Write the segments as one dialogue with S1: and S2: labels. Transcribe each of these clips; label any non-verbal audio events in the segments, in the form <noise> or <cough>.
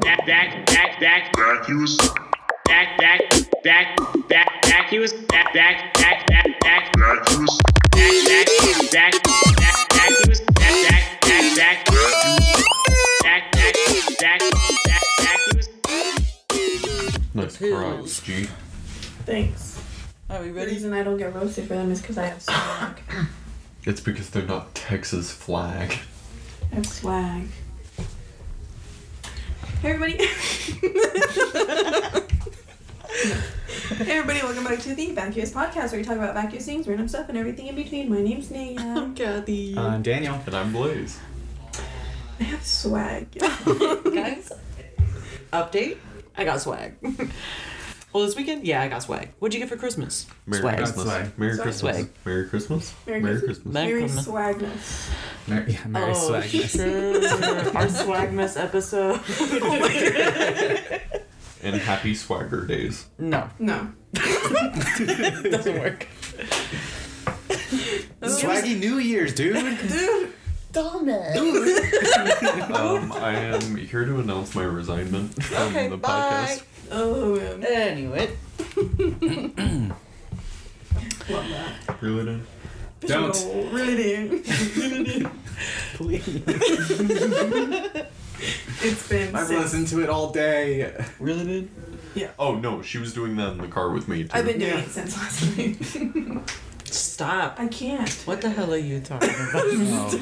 S1: back, back, back, back, he was back, back, back, back, back, he was back, back, back, back, back, back, he was back, back, back, back, back, he was back, back, back, back, back, back, back, back, back, he was.
S2: Nice cries, G.
S3: Thanks.
S4: Are we
S3: The
S4: ready?
S3: reason I don't get roasted for them is because I have swag.
S2: It's because they're not Texas flag.
S3: I have swag. Hey everybody. <laughs> hey everybody, welcome back to the Vacuous Podcast where we talk about vacuous things, random stuff, and everything in between. My name's Naya.
S4: Kathy.
S5: I'm Daniel.
S2: And I'm Blaze.
S3: I have swag.
S4: Guys, update. I got swag. <laughs> well, this weekend, yeah, I got swag. What'd you get for Christmas?
S2: Merry
S4: swag.
S2: Christmas.
S5: Swag.
S2: Merry
S3: Swag.
S2: Christmas.
S4: Swag.
S2: Merry Christmas.
S3: Merry Christmas.
S4: Merry
S3: Very
S4: Christmas.
S3: swagness.
S5: Mer- yeah, Mary
S4: oh,
S5: Swagness.
S4: sure. <laughs> Our swagmas episode.
S2: And happy swagger days.
S4: no,
S3: No.
S4: doesn't work.
S5: Swaggy New Year's,
S4: <laughs>
S5: dude.
S2: Um, I am here to announce my resignation from
S4: Okay,
S2: the
S4: bye.
S2: podcast.
S3: Oh man.
S4: Anyway,
S3: Love that.
S2: Really? Dan?
S5: Don't.
S3: Oh, really do.
S4: please.
S3: <laughs> It's been
S5: I've
S3: since-
S5: listened to it all day.
S4: Really did?
S2: Oh no, she was doing that in the car with me too.
S3: I've been doing
S5: Yeah.
S3: it since last night.
S4: Stop.
S3: I can't.
S4: What the hell are you talking about? <laughs>
S5: Oh, Jesus.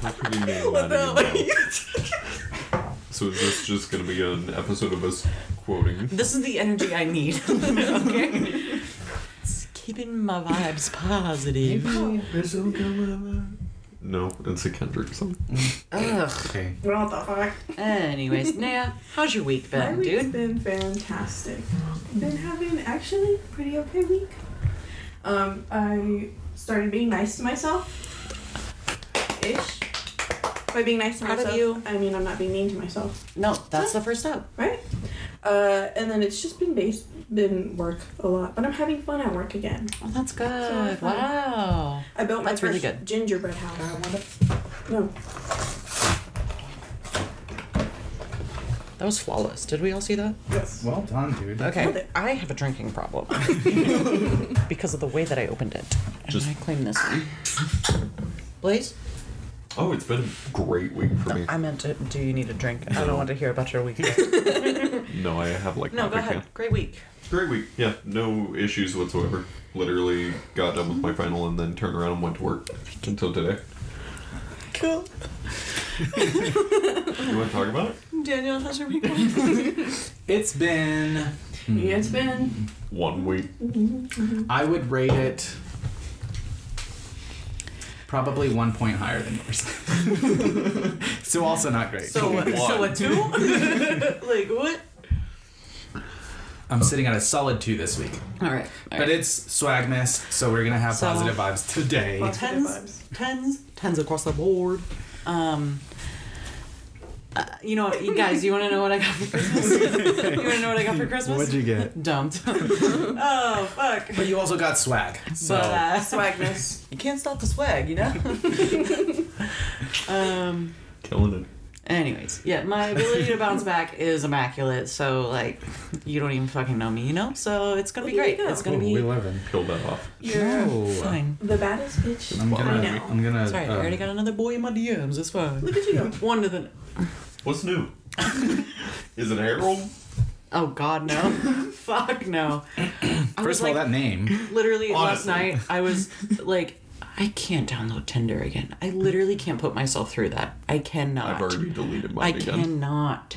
S2: What do you
S3: <laughs>
S2: mean,
S4: What the hell
S2: Maddie?
S4: are you
S2: So is this just gonna be an episode of us quoting?
S4: This is the energy I need. <laughs> okay? It's keeping my vibes positive.
S2: No, it's a Kendrick song.
S4: Ugh.
S5: Okay.
S3: What the fuck?
S4: Anyways, <laughs> Naya, how's your week
S3: My
S4: been,
S3: week's
S4: dude?
S3: been fantastic. Been having actually a pretty okay week. Um, I started being nice to myself. Ish. By being nice to
S4: Proud of
S3: myself,
S4: you.
S3: I mean I'm not being mean to myself,
S4: No, that's the first step.
S3: right? Uh, and then it's just been base, been work a lot, but I'm having fun at work again.
S4: Oh, that's
S3: So
S4: good.
S3: fun.
S4: Wow.
S3: I built my
S4: That's really
S3: first
S4: good.
S3: gingerbread house. I want to. No,
S4: That was flawless. Did we all see that?
S3: yes.
S5: Well done, dude.
S3: Nailed
S4: Okay.
S3: it.
S4: I have a drinking <laughs> problem because of the way that I opened it. And
S2: Just-
S4: I claim this one. Blaze,
S2: Oh, it's been a great week for me.
S4: I meant to. Do you need a drink? I don't want to hear about your <laughs> week.
S2: No, I have like
S4: no,
S2: half
S4: go
S2: a
S4: ahead.
S2: can.
S4: Great week.
S2: Great week. Yeah, no issues whatsoever. Literally got done with my final and then turned around and went to work until today.
S4: Cool.
S2: You want to talk about it?
S4: Danielle, how's your week? <laughs>
S5: It's been.
S3: Yeah, It's been.
S2: One week.
S5: I would rate it probably one point higher than yours. <laughs> so also not great.
S4: So what? So a two?
S5: <laughs>
S4: like what?
S5: I'm sitting at a solid two this week,
S4: All right.
S5: but it's swagmas, so we're gonna have
S4: So-
S5: positive vibes today.
S3: Well,
S4: tens, tens, tens across the board. Um, uh, you know, you guys, you want to know what I got for Christmas? <laughs> you want to know what I got for Christmas?
S5: What'd you get?
S4: Dumped. <laughs> oh fuck.
S5: But you also got swag. So
S4: but <laughs> uh,
S3: Swagness.
S4: you can't stop the swag,
S3: <laughs>
S4: you know. um.
S2: Killing it.
S4: Anyways, yeah, my ability to bounce back is immaculate. So like, you don't even fucking know me, you know. So it's gonna be
S3: There you
S4: great.
S3: go.
S4: It's gonna
S5: Ooh, we
S4: be
S5: love him.
S2: Kill that off.
S3: You're
S5: No.
S4: fine.
S3: the baddest bitch.
S5: I'm
S3: I
S5: gonna.
S3: know.
S5: I'm gonna.
S4: It's alright. I
S5: um,
S2: Uh,
S4: already got another boy in my DMs. It's fine.
S3: Look at you.
S4: One to the
S2: What's
S4: <laughs>
S2: new? Is it Harold?
S4: Oh God, no!
S3: <laughs>
S4: Fuck no! I was
S5: First of all,
S4: like, <laughs>
S5: that name.
S4: literally last
S2: Honestly.
S4: night I was like, I can't download Tinder again. I literally can't put myself through that. I cannot.
S2: I've already deleted
S4: I
S2: mine again.
S4: cannot.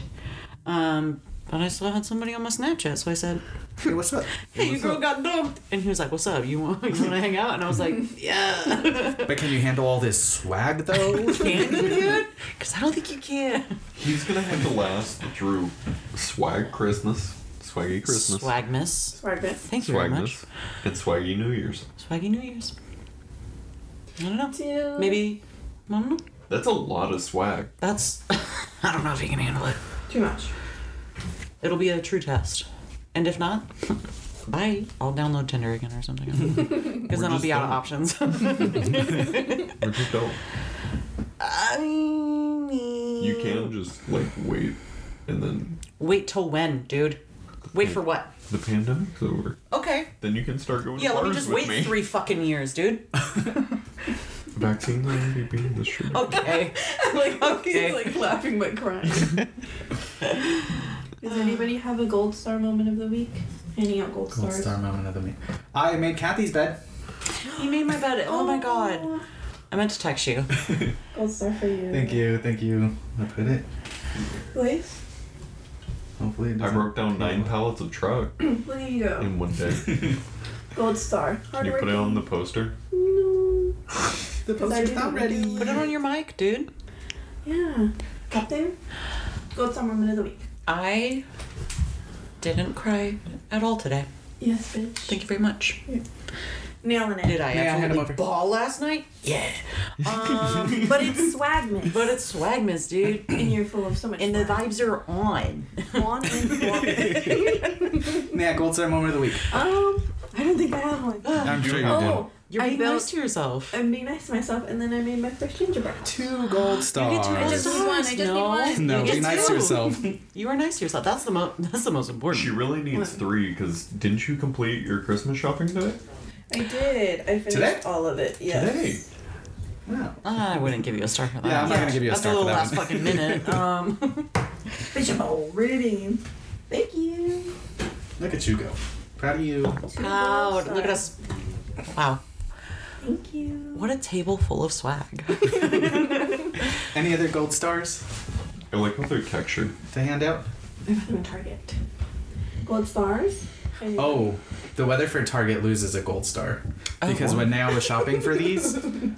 S4: Um, but I still had somebody on my Snapchat, so I said,
S5: Hey, what's up?
S4: "Hey, your girl got dumped," and he was like, "What's up? You want <laughs> you want to hang out?" And I was like, "Yeah."
S5: But can you handle all this
S4: <laughs>
S5: swag though?
S4: Can you, dude? Because I don't think you can.
S2: He's gonna have to last through swag Christmas, swaggy Christmas,
S4: Swagmas.
S3: Swagness.
S4: Thank you very much.
S2: swagness, and swaggy New Year's.
S4: Swaggy New Year's. I don't know.
S3: Two.
S4: Maybe. I don't know.
S2: That's a lot of swag.
S4: That's. <laughs> I don't know if you can handle it.
S3: Too much. <laughs>
S4: It'll be a true test. And if not, <laughs> bye. I'll download Tinder again or something. Because then I'll
S2: just
S4: be out of
S2: done.
S4: options. <laughs>
S2: Where'd you go?
S4: I mean.
S2: You can just like wait and then
S4: Wait till when, dude? Wait for what?
S2: the pandemic's over.
S4: Okay.
S2: Then you can start going.
S4: Yeah,
S2: to
S4: let me
S2: bars
S4: just
S2: with
S4: wait
S2: me.
S4: three fucking years, <laughs> dude.
S2: Vaccines already being distributed.
S4: Oh. Okay.
S3: like
S4: Okay.
S3: he's like laughing
S4: <laughs>
S3: but crying. Does anybody have a gold star moment of the week? Handing out gold,
S5: Gold
S3: stars.
S5: star moment of the week. I made Kathy's bed.
S4: you made my bed. Oh my god. I meant to text you.
S3: Gold star for you.
S5: Thank you, thank you. I put it.
S3: Place.
S5: Hopefully, it
S2: I broke down nine pallets of truck
S3: Look at you go.
S2: in one
S4: <laughs>
S2: day.
S3: Gold star.
S2: Can you put it on the poster?
S3: No.
S5: The
S3: poster's not ready.
S4: Put it on your mic, dude.
S3: Yeah. Captain. Gold star moment of the week.
S4: I didn't cry at all today.
S3: Yes, bitch.
S4: Thank you very much.
S3: Nailing it.
S4: Did I
S5: Yeah, I had
S4: absolutely
S5: him over.
S4: ball last night? Yeah. Um,
S3: But it's swagman.
S4: but it's swagmas, dude.
S3: and you're full of so
S4: <clears throat>
S3: much.
S4: And the
S3: swag.
S4: vibes are on.
S3: On and on.
S5: Yeah, gold star moment of the week.
S3: <laughs> Um, I don't think I have one.
S5: I'm sure you
S3: Oh,
S4: You're
S3: I
S4: being
S3: built-
S4: nice to yourself.
S3: I'm being nice to myself, and then I made my first gingerbread. house.
S5: Two gold stars.
S4: You get two
S3: I just
S4: stars.
S3: need one, I just need
S4: no.
S3: one.
S5: no,
S4: You
S5: be
S4: get
S5: nice to
S4: two.
S5: yourself.
S4: <laughs> You are nice to yourself. That's the most. That's the most important.
S2: She really needs three because didn't you complete your Christmas shopping today?
S3: I did. I finished
S5: Today?
S3: all of it. Yes.
S2: Today.
S5: Wow.
S4: I wouldn't give you a star for that.
S5: Yeah, I'm not gonna give you a
S4: That's
S5: star
S4: a
S5: for
S4: little
S5: that
S4: last
S5: one.
S4: fucking minute. <laughs> Um,
S3: Bitch, I'm already. Thank you.
S5: Look at you go. Proud of you.
S3: Two
S4: proud.
S3: gold
S4: Look at
S3: stars.
S4: us. Wow,
S3: Thank you.
S4: what a table full of <laughs> swag.
S5: Any other gold stars
S2: I like how they're textured.
S5: to hand out?
S3: From Target. Gold stars. And-
S5: Oh, the Weatherford Target loses a gold star because
S4: Oh.
S5: when Nao was shopping for these,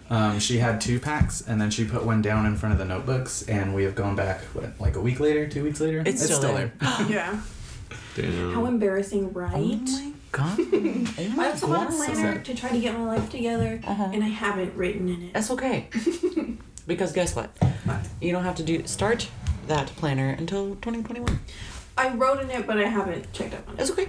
S5: um, she had two packs and then she put one down in front of the notebooks, and we have gone back what like a week later, two weeks later.
S4: It's still there.
S3: <laughs> Yeah.
S2: Damn.
S3: How embarrassing, right?
S4: Oh my god. <laughs> Oh my
S3: I also bought a
S4: god.
S3: planner to try to get my life together,
S4: Uh-huh.
S3: and I haven't written in it.
S4: That's <laughs> okay. because guess what? You don't have to do start that planner until 2021.
S3: I wrote in it, but I haven't checked up on it.
S4: That's okay.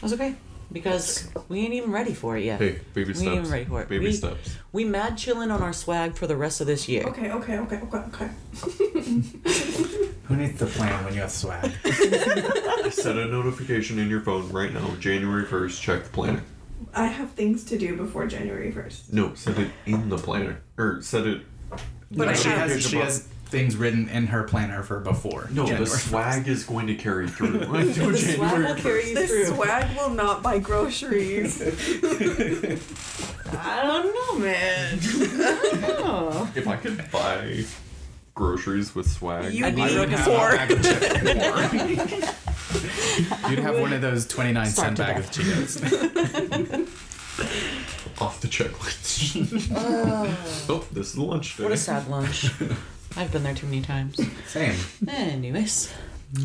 S4: That's okay. Because we ain't even ready for it yet.
S2: Hey, baby
S4: we ain't even
S2: steps.
S4: ready for it.
S2: Baby
S4: we, <laughs>
S2: steps.
S4: We mad chilling on our swag for the rest of this year.
S3: Okay, okay, okay, okay, okay.
S5: Who needs the plan when you have swag?
S2: Set a notification in your phone right now. January 1st, check the planner.
S3: I have things to do before January 1st.
S2: No, set it in the planner. Or set it.
S5: But
S2: I
S5: she
S2: have-
S5: has she has things written in her planner for before.
S2: No,
S5: January
S2: the <laughs>
S5: 1st.
S2: swag is going to carry through <laughs> until January
S4: The swag will
S2: 1st.
S4: <laughs> carry you through.
S3: swag will not buy groceries.
S4: I don't know, <laughs> man. oh.
S2: If I could buy groceries with swag,
S3: You
S2: I
S4: I'd be
S5: I
S2: would.
S5: would
S4: broke as
S5: have
S4: four.
S5: a bag of <laughs> Cheetos. You'd have one of those 29
S4: Starved
S5: cent
S4: to
S5: bag of
S4: death.
S5: Cheetos.
S2: off the checklist. <laughs> oh, this is lunch day.
S4: What a sad <laughs> lunch. I've been there too many <laughs> times.
S5: Same.
S4: Anyways,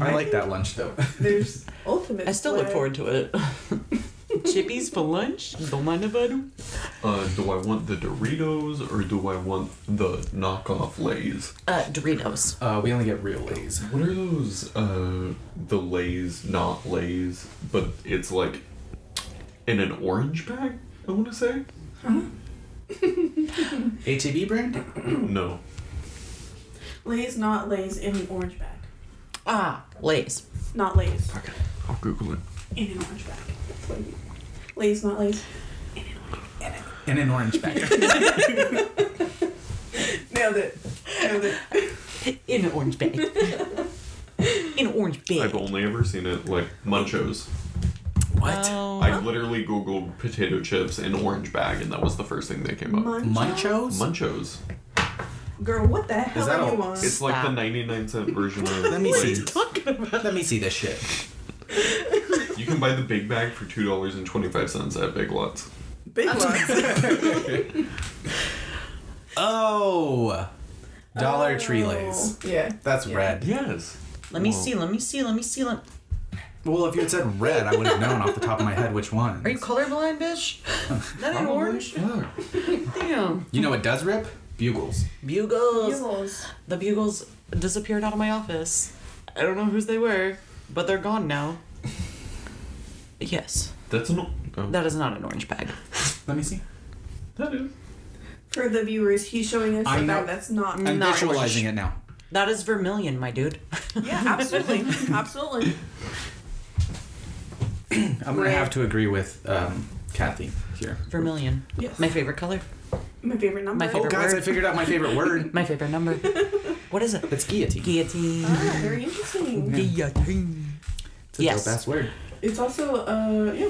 S5: I like that lunch though.
S3: There's ultimate.
S4: I still look forward to it. <laughs> Chippies for lunch. Don't mind if I do.
S2: Uh, do I want the Doritos or do I want the knockoff Lay's?
S4: Uh, Doritos.
S5: Uh, we only get real Lay's.
S2: What are those? Uh, the Lay's, not Lay's, but it's like in an orange bag. I want to say <clears throat>
S5: HEB E brand?
S2: no.
S3: Lay's not Lay's in an orange bag.
S4: Ah, Lay's.
S3: Not Lay's
S2: Okay, I'll Google it.
S3: in an orange bag. That's what I mean. Lay's not Lay's.
S5: In an orange bag.
S4: <laughs>
S3: Nailed it. Nailed it.
S4: In an orange <laughs> bag. In an orange bag.
S2: I've only ever seen it like Munchos.
S5: what?
S4: Oh,
S2: I literally googled potato chips in orange bag, and that was the first thing that came up.
S3: Munch.
S5: Munchos?
S2: Munchos.
S3: Girl, what the hell
S5: that
S3: are
S5: all-
S3: you on?
S2: It's like the
S4: Stop.
S2: 99 cent version of.
S5: Let me see.
S2: Lay's.
S5: Let me see this shit.
S2: You can buy the big bag for two dollars and twenty five cents at Big Lots.
S3: Big ones.
S5: Oh! Dollar Tree Lays.
S3: Yeah.
S5: That's
S3: Yeah.
S5: red.
S2: Yes.
S4: let me see. Let me see. Let me see. Let...
S5: Well, if you had said red, I would have known off the top of my head which one.
S4: Are you colorblind, bitch? Not in orange.
S2: Yeah.
S4: Damn.
S5: You know what does rip? Bugles.
S4: Bugles.
S3: Bugles.
S4: The bugles disappeared out of my office. I don't know whose they were, but they're gone now. Yes,
S2: That's an. Oh,
S4: that is not an orange bag.
S5: Let me see.
S2: that is.
S3: For the viewers, he's showing us
S5: I
S3: a
S5: know-
S3: bag that's not.
S5: I'm
S4: Not
S5: visualizing it now.
S4: That is vermilion, my dude. <laughs>
S3: Yeah,
S5: <laughs>
S3: absolutely, absolutely.
S5: I'm gonna have to agree with um, Kathy here.
S4: vermilion.
S3: Yes.
S4: My favorite color.
S3: My favorite number.
S4: My
S5: Oh,
S4: favorite-
S5: guys, I figured out my favorite
S4: <laughs>
S5: word.
S4: My favorite number. what is it?
S5: That's guillotine.
S4: Guillotine.
S3: Ah, very interesting.
S4: Guillotine.
S5: It's a
S4: Yes.
S5: dope ass word.
S3: It's also uh yeah.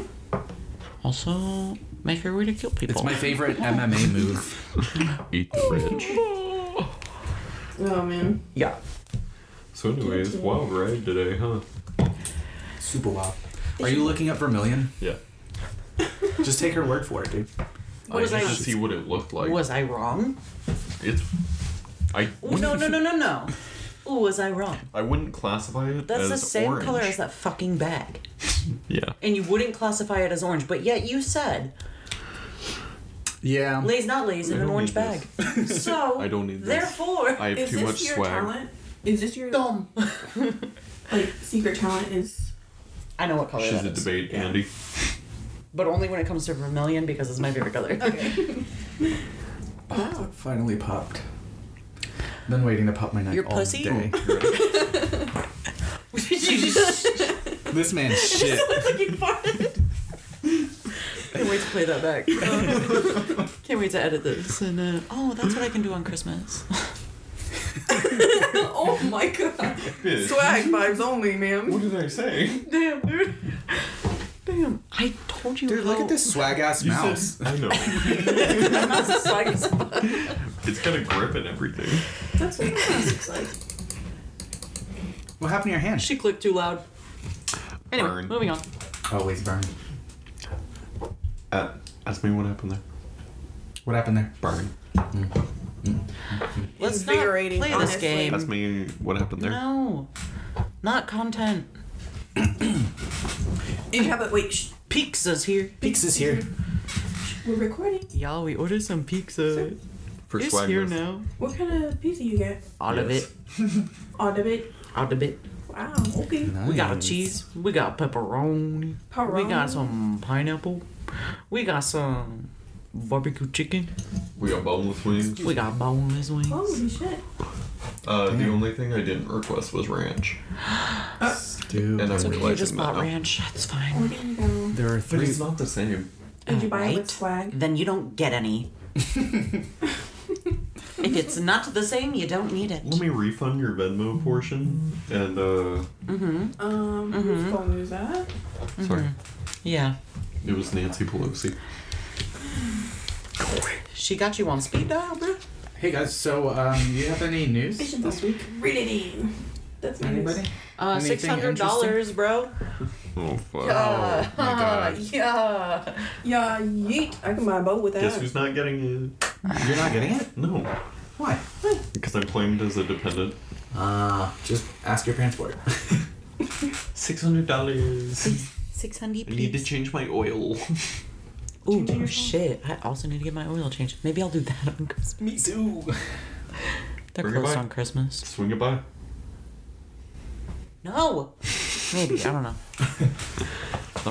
S4: Also, my favorite way to kill people.
S5: It's my favorite MMA move.
S2: Eat the rich.
S3: Oh man.
S4: <laughs> yeah.
S2: So, anyways, wild ride today, huh?
S5: Super wild. Are you looking up Vermilion?
S2: Yeah.
S5: Just take her word for it, dude.
S2: I
S4: Was
S2: just
S4: I,
S2: to see what it looked like.
S4: was I wrong?
S2: It's. I
S4: Ooh, no, no, no, no, no. Ooh, was I wrong?
S2: I wouldn't classify it
S4: That's
S2: as
S4: the same
S2: orange.
S4: color as that fucking bag.
S2: Yeah.
S4: And you wouldn't classify it as orange, but yet you said
S5: Yeah.
S4: Lay's not Lay's in
S2: I
S4: an
S2: don't
S4: orange
S2: need
S4: bag. <laughs> so
S2: I don't need this.
S4: therefore
S2: I have
S3: Is
S2: too
S3: this
S2: much
S3: your
S2: swag.
S3: talent? Is this
S4: <laughs>
S3: your
S4: dumb.
S3: like secret talent?
S5: <laughs>
S3: Is
S4: I know what color
S2: She's
S4: that
S2: a
S4: is.
S2: debate, Andy.
S4: But only when it comes to vermilion because it's my favorite color. <laughs>
S3: wow.
S5: Oh, Finally popped. Been waiting to pop my neck
S4: Your
S5: all
S4: pussy?
S5: day.
S4: Did you just
S5: this man's shit.
S4: looking for it? Can't wait to play that <laughs> back. Can't wait to edit this. And uh, oh, that's what I can do on Christmas.
S3: <laughs> oh my god. Swag vibes only, ma'am.
S2: did I say?
S4: Damn, dude. Damn. I told you.
S5: Dude, look at this swag ass mouse.
S2: I know. It's got a grip and everything.
S3: That's what that looks like.
S5: What happened to your hand?
S4: She clicked too loud. Anyway,
S2: Burn.
S4: moving on.
S5: Always Oh, burn.
S2: Uh, ask me what happened there.
S5: What happened there?
S2: Burn.
S4: Let's not play
S3: Invigorating,
S4: this
S3: honestly.
S4: game.
S2: Ask me what happened there.
S4: No, not content.
S3: You have it. Wait, shh,
S4: Pizza's here.
S5: Pixie's here.
S3: we're recording.
S4: Y'all, we ordered some pizza.
S2: For
S4: it's
S2: swag.
S4: here
S2: this.
S4: now.
S3: What kind of pizza you get?
S4: All of
S2: Yes.
S4: it.
S3: All of it.
S4: All of it.
S3: Wow. Okay.
S4: We got cheese. We got pepperoni. We got
S3: Pepperoni.
S4: some pineapple. We got some barbecue chicken.
S2: We got boneless wings.
S4: We got boneless wings.
S3: Holy shit.
S2: Uh, the only thing I didn't request was ranch. And
S5: Dude.
S2: I'm
S4: it's okay, you just
S2: realizing that
S4: bought
S2: now.
S4: ranch. That's fine.
S3: Where did you go?
S5: there are
S2: But
S5: three.
S2: it's not the same.
S3: Did you buy it
S4: Alright.
S3: with swag?
S4: Then you don't get <laughs> any. if it's not the same, you don't need it.
S2: Let me refund your Venmo portion. And, uh,
S4: Mm-hmm.
S3: Um, whose phone is that?
S2: sorry.
S4: Yeah.
S2: It was Nancy Pelosi.
S4: She got you on speed dial, bro.
S5: Hey guys, so um, you have any news this week?
S3: Read it in. That's my news.
S5: Anybody?
S4: Uh,
S5: Anything
S4: six hundred dollars, bro.
S2: Oh, fuck.
S5: Oh my god.
S4: Yeah.
S3: Yeah, yeet. I can buy a boat with that.
S2: Guess who's not getting it?
S5: You're not getting it?
S2: No.
S5: Why?
S2: Because I'm claimed as a dependent.
S5: Uh, just ask your parents for it.
S2: $600.
S4: Six hundred.
S2: I need to change my oil.
S4: Ooh, shit! I also need to get my oil changed. Maybe I'll do that on Christmas.
S5: <laughs> Me too.
S4: They're
S2: Bring it
S4: closed
S2: back.
S4: on Christmas.
S2: Swing it by.
S4: No. Maybe I don't know.
S2: I'm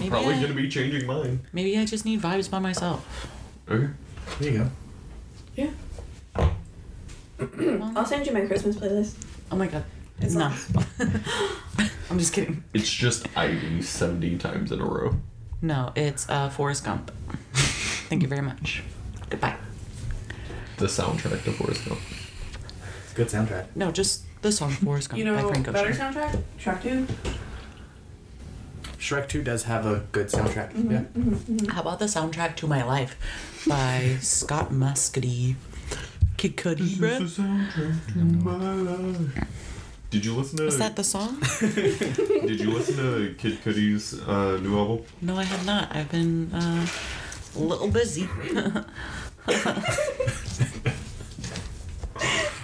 S4: Maybe
S2: probably
S4: I-
S2: going to be changing mine.
S4: Maybe I just need vibes by myself.
S2: Okay.
S5: There you go.
S3: Yeah. I'll send you my Christmas playlist.
S4: Oh my god. no. <laughs> I'm just kidding.
S2: It's just Ivy 70 times in a row.
S4: No, it's uh, Forrest <laughs> Gump. Thank you very much. Goodbye.
S2: The soundtrack to Forrest Gump.
S5: It's a good soundtrack.
S4: No, just the song Forrest Gump
S3: You
S4: by
S3: know,
S4: Frank Ocean.
S3: better soundtrack? Track 2?
S5: Shrek 2 does have a good soundtrack. Yeah.
S4: How about the soundtrack to My Life by Scott Muscady? Kid Cudi, bruh.
S2: soundtrack to my life. Did you listen to
S4: Is that the song?
S2: Did you listen to Kid Cudi's uh, new album?
S4: No, I have not. I've been uh, a little busy.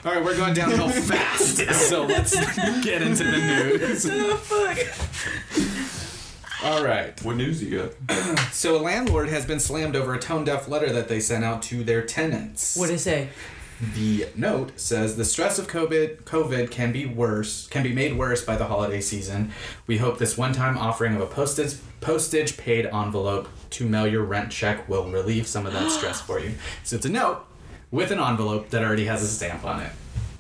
S5: All right, we're going downhill fast. So let's get into the news. All right.
S2: What news you got?
S5: So a landlord has been slammed over a tone-deaf letter that they sent out to their tenants.
S4: What did it say?
S5: The note says the stress of COVID COVID can be worse can be made worse by the holiday season. We hope this one-time offering of a postage postage paid envelope to mail your rent check will relieve some of that stress for you. So it's a note with an envelope that already has a stamp on it.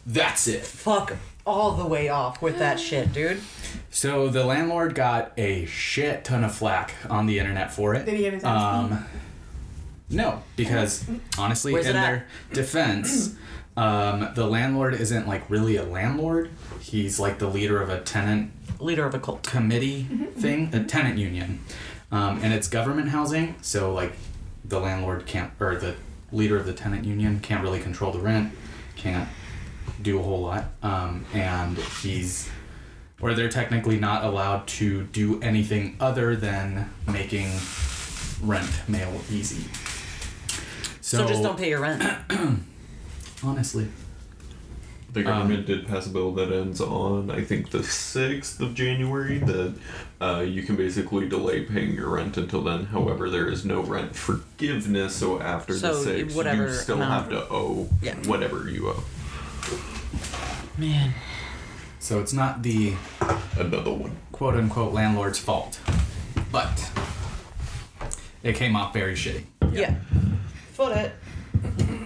S5: That's it.
S4: Fuck all the way off with that shit, dude.
S5: So the landlord got a shit ton of flack on the internet for it.
S3: Did he get his
S2: Uh,
S3: ass
S5: um, No, because honestly,
S4: Where's
S5: in
S4: it at?
S5: their defense, um, the landlord isn't like really a landlord. He's like the leader of a tenant
S4: Leader of a cult.
S5: committee
S3: Mm-hmm,
S5: thing, a tenant union, um, and it's government housing. So like, the landlord can't, or the leader of the tenant union can't really control the rent, can't do a whole lot, um, and he's, or they're technically not allowed to do anything other than making rent mail easy. So,
S4: So, just don't pay your rent.
S5: Honestly,
S4: Um,
S2: The government did pass a bill that ends on, I think, the 6th of January that uh, you can basically delay paying your rent until then. However, there is no rent forgiveness, so after
S4: So,
S2: the 6th,
S4: whatever
S2: you still
S4: amount.
S2: have to owe
S4: Yeah.
S2: whatever you owe.
S4: Man.
S5: so it's not the
S2: Another one.
S5: quote unquote landlord's fault, but it came off very shitty.
S4: Yeah. Foot it.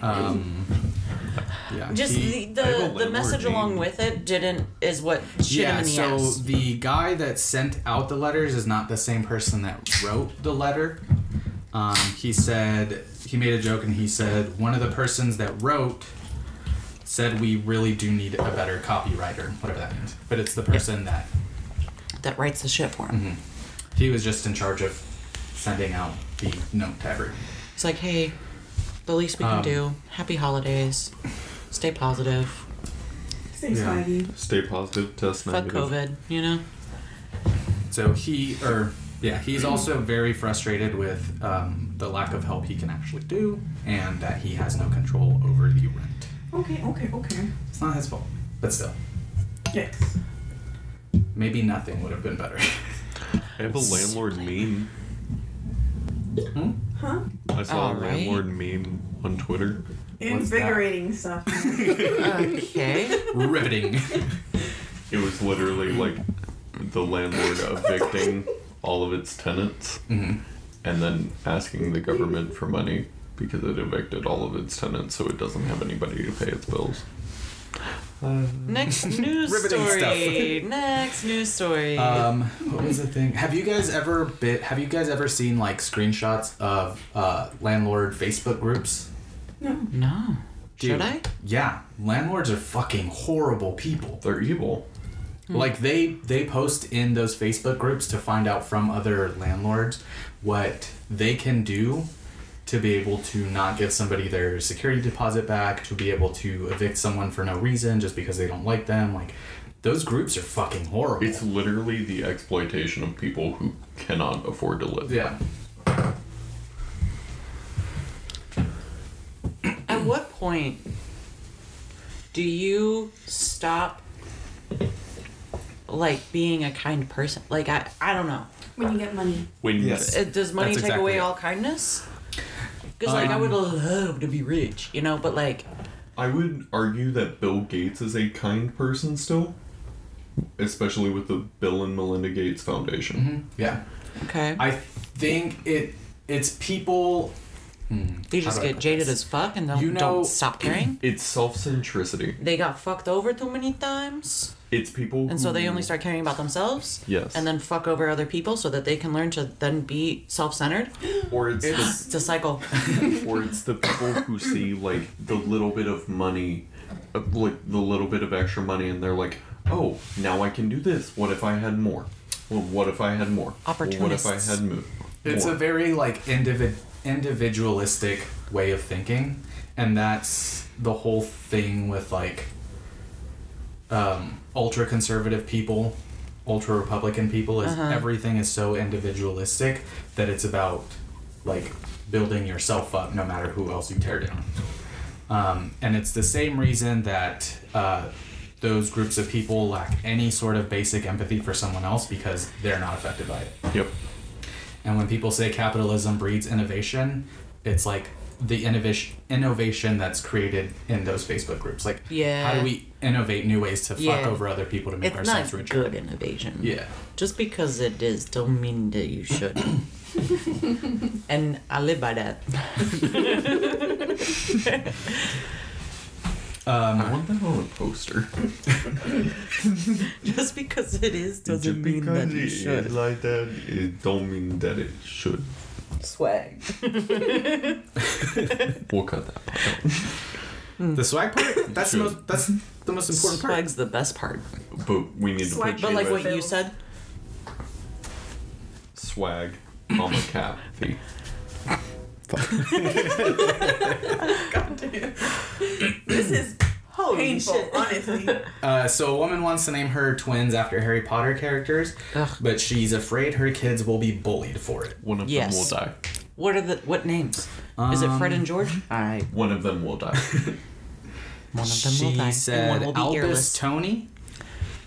S5: Um, yeah.
S4: Just
S5: he-
S4: the
S2: I have a
S4: the, the
S2: landlord
S4: message
S2: name.
S4: along with it didn't is what shit
S5: yeah.
S4: him in the
S5: so
S4: ass.
S5: the guy that sent out the letters is not the same person that wrote the letter. Um, he said he made a joke and he said one of the persons that wrote said we really do need a better copywriter, whatever that means. But it's the person that
S4: That writes the shit for him.
S5: he was just in charge of sending out the note to everyone.
S4: It's like, hey, the least we can
S5: Um,
S4: do. Happy holidays. Stay positive.
S3: Stay
S5: yeah.
S3: swaggy.
S2: Stay positive, test
S4: Fuck
S2: negative.
S4: COVID. You know.
S5: So he, or yeah, he's also very frustrated with um, the lack of help he can actually do, and that he has no control over the rent.
S3: Okay, okay, okay.
S5: It's not his fault, but still,
S3: Yes.
S5: maybe nothing would have been better.
S2: I have a landlord meme.
S5: Hmm?
S3: Huh?
S2: I saw a
S4: Alright.
S2: landlord meme on Twitter.
S5: What's that?
S3: Invigorating stuff.
S5: <laughs>
S4: Okay.
S5: Riveting.
S2: It was literally like the landlord evicting all of its tenants
S5: Mhm.
S2: and then asking the government for money because it evicted all of its tenants so it doesn't have anybody to pay its bills.
S4: Next news
S5: Riveting
S4: story. Next news story.
S5: Um, what was the thing? Have you guys ever bit? Have you guys ever seen like screenshots of uh, landlord Facebook groups?
S4: no. Should
S5: Dude,
S4: I?
S5: Yeah, landlords are fucking horrible people.
S2: They're evil.
S5: Like they they post in those Facebook groups to find out from other landlords what they can do to be able to not give somebody their security deposit back, to be able to evict someone for no reason just because they don't like them. Like those groups are fucking horrible.
S2: It's literally the exploitation of people who cannot afford to live.
S5: yeah.
S4: At what point do you stop like being a kind person? Like I, I don't know.
S3: when you get money.
S2: When
S5: Yes.
S4: It, does money
S5: That's
S4: take
S5: exactly
S4: away
S5: it. Um,
S4: all kindness? Because like I would love to be rich, you know, but like
S2: I would argue that Bill Gates is a kind person still, especially with the Bill and Melinda Gates Foundation.
S5: Yeah.
S4: okay,
S5: I think it it's people
S4: they
S5: how
S4: just
S5: do I
S4: get
S5: put
S4: jaded
S5: this?
S4: as fuck and don't,
S5: You know-
S4: don't stop caring.
S2: It's self centricity.
S4: They got fucked over too many times,
S2: It's people
S4: and so they
S2: who-
S4: only start caring about themselves.
S2: Yes.
S4: and then fuck over other people so that they can learn to then be self-centered.
S2: or it's, the
S4: It's a cycle.
S2: or it's the people who see like the little bit of money, uh, like the little bit of extra money, and they're like, "Oh, now I can do this. What if I had more? Well, what if I had more? Well, what if I
S4: Opportunists.
S2: had mo- more?"
S5: It's a very like individ individualistic way of thinking, and that's the whole thing with like um, ultra conservative people, ultra Republican people. Is everything is so individualistic that it's about like building yourself up, no matter who else you tear down. Um, and it's the same reason that uh, those groups of people lack any sort of basic empathy for someone else because they're not affected by it.
S2: yep.
S5: And when people say capitalism breeds innovation, it's like the innovation innovation that's created in those Facebook groups. Like,
S4: Yeah.
S5: how do we innovate new ways to fuck
S4: Yeah.
S5: over other people to make
S4: It's
S5: ourselves
S4: not
S5: richer?
S4: good innovation.
S5: Yeah.
S4: Just because it is don't mean that you should. and I live by that.
S2: I
S5: Um,
S2: want that on a poster.
S4: Just because it is doesn't
S2: Just
S4: mean that
S2: because it
S4: you
S2: is
S4: should.
S2: like that, it don't mean that it should.
S4: Swag.
S2: We'll cut that. part out.
S5: the swag <laughs> part. That's the
S2: Sure.
S5: most. That's the most important part.
S4: Swag's the best part.
S2: But we need to
S3: Swag-
S2: put
S4: But
S2: you
S4: like
S2: at
S4: what you
S3: Phil.
S4: said,
S2: swag, comma Kathy.
S3: This is
S4: holy
S3: painful,
S4: shit.
S3: honestly.
S5: Uh, so a woman wants to name her twins after Harry Potter characters,
S4: Ugh.
S5: but she's afraid her kids will be bullied for it.
S2: One of
S4: Yes.
S2: them will die.
S4: What are the what names? is it Fred and George? I
S2: One of them will die.
S4: one of them will die.
S5: She
S4: and
S5: said
S4: one will be
S5: Albus
S4: earless.
S5: Tony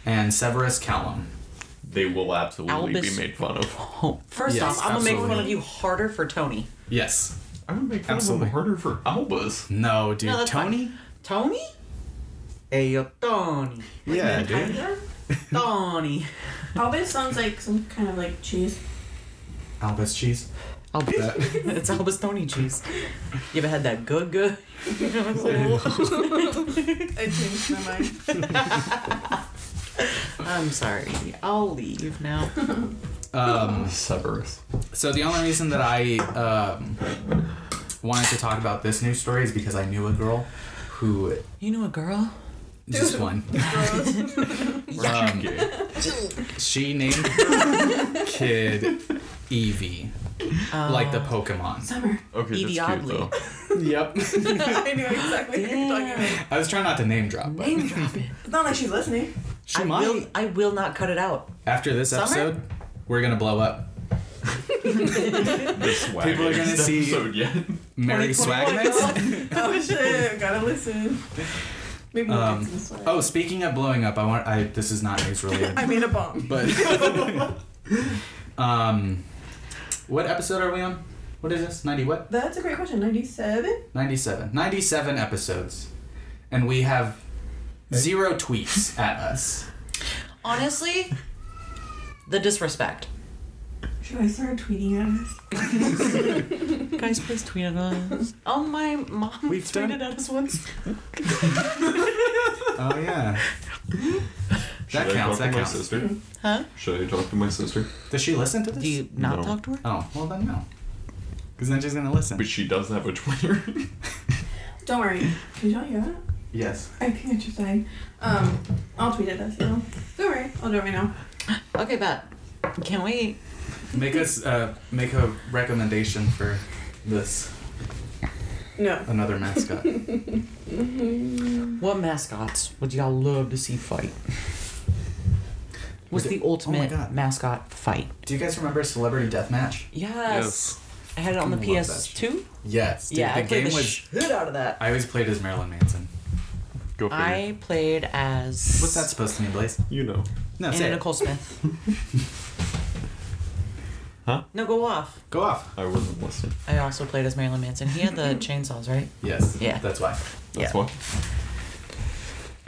S5: and Severus Callum.
S2: they will absolutely
S4: Albus.
S2: be made fun of.
S4: Oh, first
S5: Yes,
S4: off, I'm gonna make fun
S5: absolutely.
S4: of you harder for Tony.
S5: Yes.
S2: I would make fun
S5: Absolutely.
S2: of them harder for
S5: <laughs>
S2: Albus.
S5: No, dude.
S4: No, that's fine.
S5: Tony.
S4: Tony? Ayo, Tony.
S5: Yeah, dude.
S3: Either.
S4: <laughs> Tony.
S3: Albus sounds like some kind of like cheese.
S5: Albus cheese.
S4: Albus. <laughs> it's Albus Tony cheese. You ever had that good good? <laughs> You know, it's like,
S3: I changed my mind.
S4: I'm sorry. I'll leave now.
S5: Um,
S2: Severus.
S5: So the only reason that I um, wanted to talk about this news story is because I knew a girl who
S4: You know a girl?
S5: just one. Um,
S2: Okay.
S5: she named her kid Eevee, like the
S3: <laughs>
S5: Pokemon.
S3: Summer.
S2: Okay,
S4: Edie
S2: that's cute
S4: Oddly.
S2: though.
S5: Yep.
S3: <laughs> I know exactly what you're talking about.
S5: I was trying not to name drop, but
S4: Name drop it.
S3: It's not like she's listening.
S5: she
S4: I
S5: might.
S4: will. I will not cut it out.
S5: After this
S4: Summer?
S5: episode, we're gonna blow up.
S2: The swag.
S5: <laughs> People are gonna see-
S2: episode yet.
S5: Mary
S4: 2021.
S5: Swagmates.
S3: <laughs> Oh shit, gotta listen. Maybe we'll
S5: Um,
S3: get some swag.
S5: Oh, speaking of blowing up, I want. I this is not news related.
S3: I made a bomb.
S5: but um what episode are we on what is this 90 what
S3: That's a great question. 97?
S5: 97 97 episodes and we have zero tweets at us
S4: Honestly, the disrespect.
S3: Should I start tweeting at us?
S4: Guys, please tweet at us. Oh, my mom
S5: We've
S4: tweeted
S5: done-
S4: at us once.
S5: <laughs> oh yeah
S2: Should
S5: That
S2: I talk
S5: counts, that
S2: to my
S5: counts.
S2: sister?
S4: Huh?
S2: Should I talk to my sister?
S5: does she listen to this
S4: Do you not
S2: No.
S4: talk to her?
S5: oh well then no because then she's gonna listen
S2: But she does have a
S5: <laughs>
S2: Twitter.
S3: Don't worry. Did y'all hear that?
S5: yes
S3: I think it's just saying. Um, I'll tweet at us, you know. Don't worry. I'll do it right now.
S4: Okay, bet. Can't wait.
S5: make us uh make a recommendation for this
S3: No.
S5: another <laughs> mascot
S4: What mascots would y'all love to see fight? What's the ultimate
S5: oh God.
S4: mascot fight?
S5: do you guys remember celebrity deathmatch
S4: Yes.
S2: Yes.
S4: I had it on the
S5: I love that
S4: PS2.
S5: yes dude,
S4: yeah,
S5: the
S4: I played
S5: game
S4: the
S5: was
S4: shit out of that.
S5: i always played as marilyn manson
S2: Go for it.
S4: I played as
S5: what's that supposed to mean blaze
S2: You know.
S5: no say
S4: Anna
S5: it.
S4: Nicole
S5: <laughs>
S4: Smith.
S2: Huh?
S4: No, go off.
S5: Go off.
S2: I wasn't listening.
S4: I also played as Marilyn Manson. He had
S5: <laughs>
S4: the chainsaws, right?
S5: Yes.
S4: Yeah.
S5: That's why.
S2: That's
S4: Yeah.
S2: why.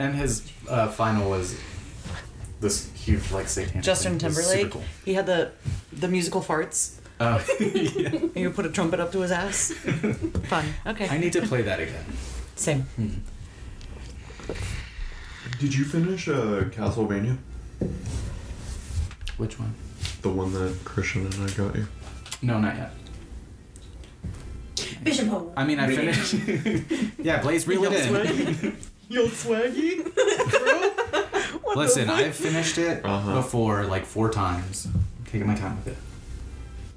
S5: And his uh, final was this huge, like, satanic.
S4: Justin
S5: thing. It was
S4: Timberlake.
S5: super cool.
S4: He had the the musical farts.
S5: Oh,
S4: And you put a trumpet up to his
S5: <laughs>
S4: ass. Fun. Okay.
S5: I need Hmm. to play that again.
S4: Same.
S2: Did you finish uh, Castlevania?
S5: Which one?
S2: The one that Christian and I got you.
S5: No, not yet.
S3: Bishop Hole.
S5: I mean, I finished. <laughs> yeah, Blaze, reel it in.
S4: Yo, swaggy.
S5: Listen, I've finished it
S2: Uh-huh.
S5: before like four times. I'm taking my time with it.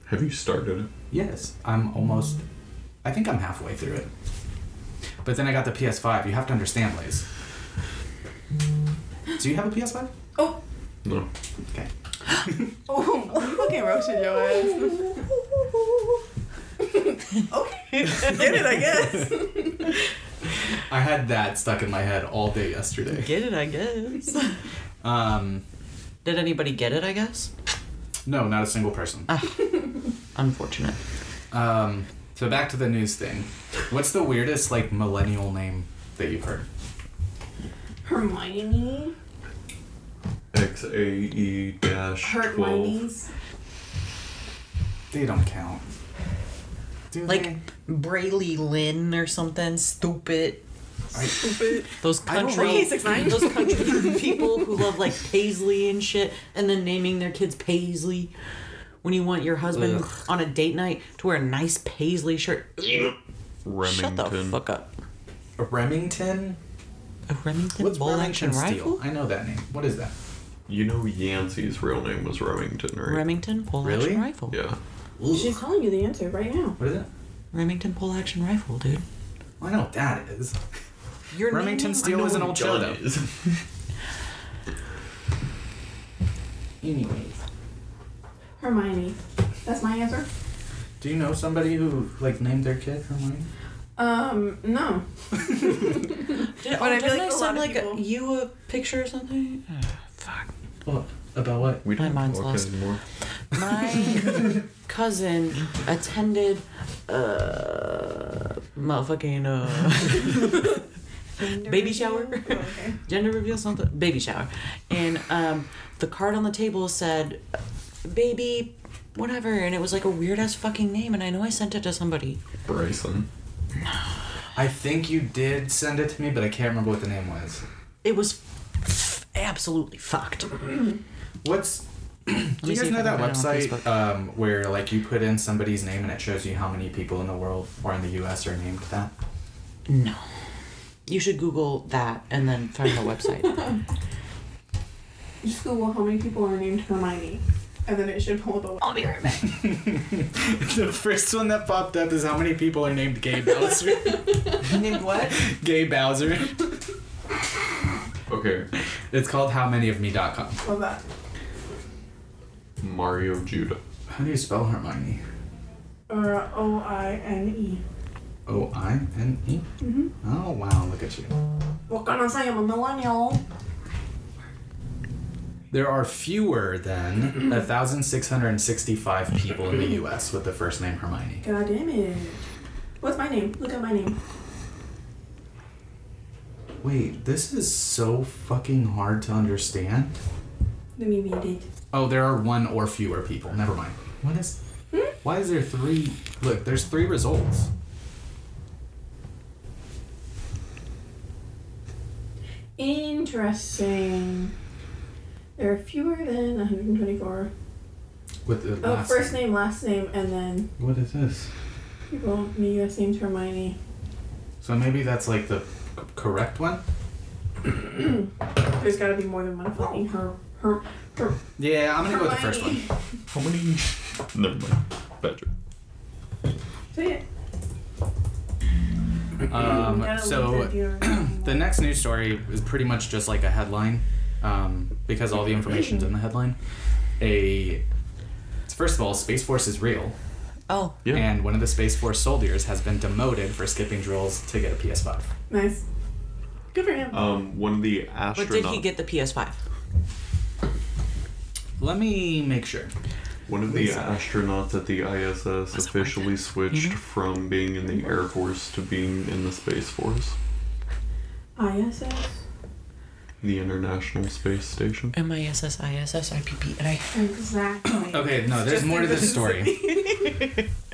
S2: Have you started it?
S5: Yes, I'm almost. I think I'm halfway through it. But then I got the PS5. You have to understand, Blaze. Do you have a PS5?
S3: Oh.
S2: No.
S5: Okay.
S3: <laughs> Oh. Fucking roasted your ass. <laughs> <laughs> okay. Get it, I guess.
S5: I had that stuck in my head all day yesterday.
S4: Get it, I guess.
S5: <laughs> Um,
S4: Did anybody get it, I guess?
S5: no, not a single person.
S4: Ah. Unfortunate.
S5: Um, so back to the news thing. What's the weirdest like millennial name that you've heard?
S3: Hermione.
S2: X A E dash
S3: Hurt
S2: twelve.
S3: Hermione's.
S5: They don't count. Do
S4: Like
S5: they?
S4: Braley Lynn or something stupid. Stupid. Those
S5: I don't
S4: country,
S5: know.
S3: Okay, 6ix9ine.
S4: those country <laughs> people who love like Paisley and shit, and then naming their kids Paisley. When you want your husband
S5: Ugh.
S4: on a date night to wear a nice Paisley shirt,
S2: Remington.
S4: shut the fuck up.
S5: A Remington?
S4: A Remington
S5: What's
S4: bolt action
S5: Remington
S4: rifle.
S5: steel? I know that name. What is that?
S2: You know Yancey's real name was Remington, right?
S4: Remington pole
S5: Really?
S4: action rifle.
S2: Yeah.
S3: She's telling you the answer right now.
S5: What is it?
S4: Remington pole action rifle, dude.
S5: Well, I know what that is.
S4: Your
S5: Remington
S4: naming-
S5: steel is an old show,
S2: John <laughs>
S5: though.
S2: is.
S5: Anyways,
S3: Hermione. That's my answer.
S5: do you know somebody who like named their kid Hermione?
S3: Um, no.
S4: Did,
S3: But
S4: oh,
S3: I feel
S4: didn't I
S3: like a
S4: send
S3: lot
S4: like
S3: of
S4: a,
S3: people-
S4: you a picture or something? Oh, fuck.
S5: What about what?
S2: We don't
S4: My mind's
S2: talk
S4: lost.
S2: anymore.
S4: My cousin attended uh motherfucking uh Baby shower?
S3: Oh, okay.
S4: gender reveal something baby shower. And um the card on the table said baby whatever and it was like a weird ass fucking name and I know I sent it to somebody.
S2: Bryson.
S5: I think you did send it to me, but I can't remember what the name was.
S4: It was f- absolutely fucked.
S5: What's <clears throat> do
S4: me see
S5: you guys
S4: if
S5: know
S4: I
S5: that
S4: can find it on
S5: website um, where like you put in somebody's name and it shows you how many people in the world or in the U.S. are named that?
S4: No. You should Google that and then find the website.
S3: <laughs> Just Google how many people are named Hermione, and then it should pull the.
S4: I'll be right back.
S5: <laughs> the first one that popped up is how many people are named Gay <laughs> Bowser.
S4: Named what?
S5: Gay Bowser.
S2: Okay.
S5: It's called howmanyofme.com.
S3: Love that.
S2: Mario Judah.
S5: How do you spell Hermione?
S3: Uh, O I N E.
S5: O I N E.
S4: Mm-hmm.
S3: Mhm.
S5: Oh wow! Look at you.
S3: What can I say? I'm a millennial.
S5: There are fewer than <clears throat> 1,665 people in the U.S. with the first name Hermione.
S3: God damn it. What's my name? Look at my name.
S5: Wait, this is so fucking hard to understand.
S3: Let me read it.
S5: Oh, there are one or fewer people. Never mind. What is? Why is there three? Look, there's three results.
S3: Interesting. There are fewer than 124.
S5: With the
S3: Oh,
S5: last.
S3: first name, last name, and then
S5: What is this?
S3: people in the US named Hermione.
S5: So maybe that's like the c- correct one.
S3: There's gotta be more than one fucking her. Her. her
S5: Yeah, I'm gonna go with the first one.
S3: Hermione.
S2: How many? <laughs> Never mind. Badger.
S3: Say it. You <laughs>
S5: Um,
S3: gotta
S5: so
S3: leave it the other
S5: <clears throat> the
S3: way.
S5: next news story is pretty much just like a headline, um, because
S3: <laughs>
S5: all the information's in the headline. A first of all, Space Force is real,
S4: <laughs> Oh,
S2: Yeah.
S5: and one of the Space Force soldiers has been demoted for skipping drills to get a PS5.
S3: Nice. Good for him.
S5: Oh.
S2: Um, one of the astronauts.
S4: but did he get the PS5?
S5: Let me make sure.
S2: One of the astronauts at the ISS officially switched from being in the Air Force to being in the Space Force,
S3: ISS.
S2: the International Space Station.
S4: M I S S I S S I P P and I.
S3: Exactly.
S5: Okay, no, there's more to this story.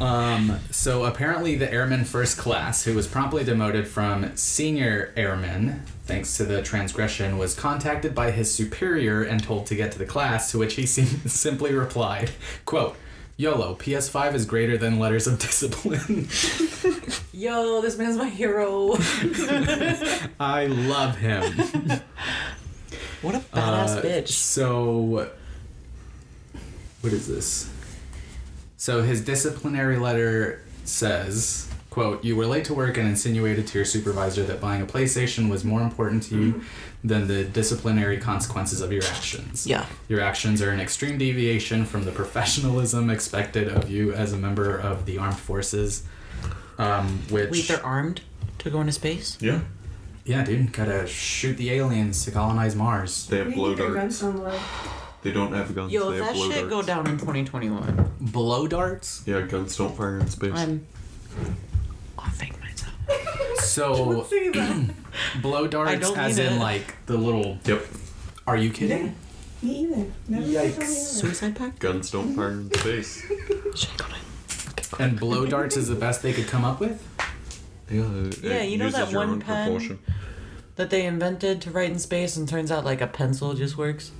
S5: Um, so apparently, the airman first class, who was promptly demoted from senior airman thanks to the transgression, was contacted by his superior and told to get to the class. To which he <laughs> sim- simply replied, "Quote." YOLO, PS5 is greater than letters of <laughs> discipline.
S4: Yo, this man's my hero.
S5: I love him.
S4: what a badass
S5: Uh,
S4: bitch.
S5: So, what is this? So his disciplinary letter says, "quote You were late to work and insinuated to your supervisor that buying a PlayStation was more important to you than the disciplinary consequences of your actions.
S4: Mm-hmm. Yeah.
S5: Your actions are an extreme deviation from the professionalism expected of you as a member of the armed forces." Um, which
S4: Wait, they're armed to go into space?
S2: Yeah.
S5: yeah, dude, gotta shoot the aliens to colonize Mars.
S2: They have blow
S3: Their guns
S2: darts.
S3: sound like.
S2: They don't have guns.
S4: Yo,
S2: they
S4: if
S2: have
S4: that
S2: blow
S4: shit
S2: darts.
S4: go down in 2021,
S5: Blow darts.
S2: Yeah, guns don't fire in space.
S4: I'm offing myself.
S5: So
S3: Say
S5: <clears throat>
S3: that.
S5: Blow
S4: I
S5: darts,
S4: don't
S5: as
S4: mean
S5: in
S4: it.
S5: like the little.
S2: Yep.
S5: Are you
S3: yeah.
S5: kidding?
S3: Me either. Never said that
S5: Yikes.
S4: <laughs>
S3: either.
S4: Suicide pact?
S2: Guns don't fire
S4: <laughs>
S2: in space.
S4: Shit, hold on.
S5: And blow darts is the best they could come up with.
S2: Yeah, it-
S4: Yeah,
S2: it
S4: you know
S2: uses
S4: that
S2: your
S4: one
S2: own
S4: pen?
S2: propulsion.
S4: that they invented to write in space, and turns out like a pencil just works.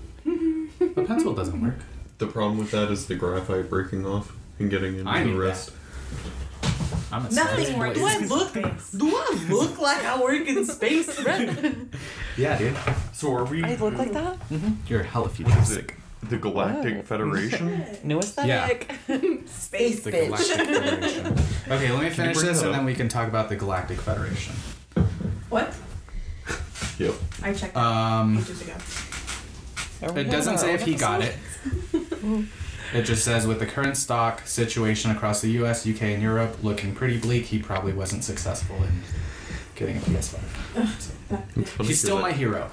S5: A pencil doesn't work.
S2: The problem with that is the graphite breaking off and getting into
S5: I
S2: the
S5: knew
S2: rest.
S5: I'm a
S3: Nothing works.
S5: science
S4: <laughs>
S5: boy.
S4: Do I look? Do I look like I work in <laughs> space? Brett?
S5: Yeah, dude.
S2: So are we?
S4: I look like that.
S5: You're hella
S2: Is
S5: futuristic.
S2: it the Galactic
S4: Oh.
S2: Federation?
S4: <laughs> New aesthetic. space
S5: The
S4: bitch.
S5: Galactic Federation. <laughs> Okay, let me finish
S2: bring
S5: this
S2: that
S5: and then
S2: up?
S5: we can talk about the Galactic Federation.
S3: What?
S2: yep.
S3: I checked
S5: Um,
S3: ages ago.
S5: it doesn't say if he got it. It just says with the current stock situation across the U.S., U.K., and Europe looking pretty bleak, he probably wasn't successful in getting a PS5.
S2: It's funny
S5: He's
S2: to
S5: still
S2: hear
S5: my
S2: that.
S5: hero.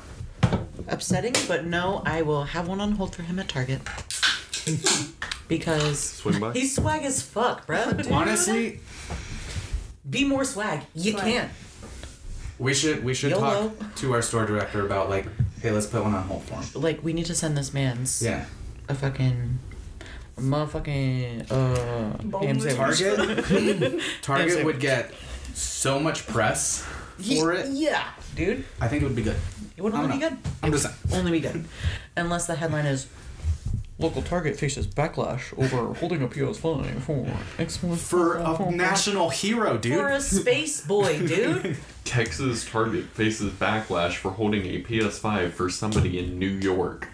S4: Upsetting, but no, I will have one on hold for him at <laughs> Target. because
S2: swing by.
S4: he's swag as fuck, bro.
S5: Honestly,
S4: Be more swag. You
S3: Swag.
S4: can't.
S5: we should we should
S4: YOLO.
S5: talk to our store director about like, hey, let's put one on hold for him.
S4: Like, we need to send this man's
S5: Yeah,
S4: a fucking. a Motherfucking uh, ham
S3: Boneless
S4: sandwich.
S5: Target.
S4: <laughs>
S5: Target
S4: Same.
S5: would get so much press
S4: Ye-
S5: for it.
S4: Yeah, dude,
S5: I think it would be good.
S4: it would
S5: I don't
S4: only be
S5: know.
S4: good.
S5: I'm just saying.
S4: Only be good, unless the headline is local Target faces backlash over holding a PS5 for excellent
S5: for a national hero, dude.
S4: for a space boy,
S5: <laughs>
S4: dude.
S2: Texas Target faces backlash for holding a PS5 for somebody in New York.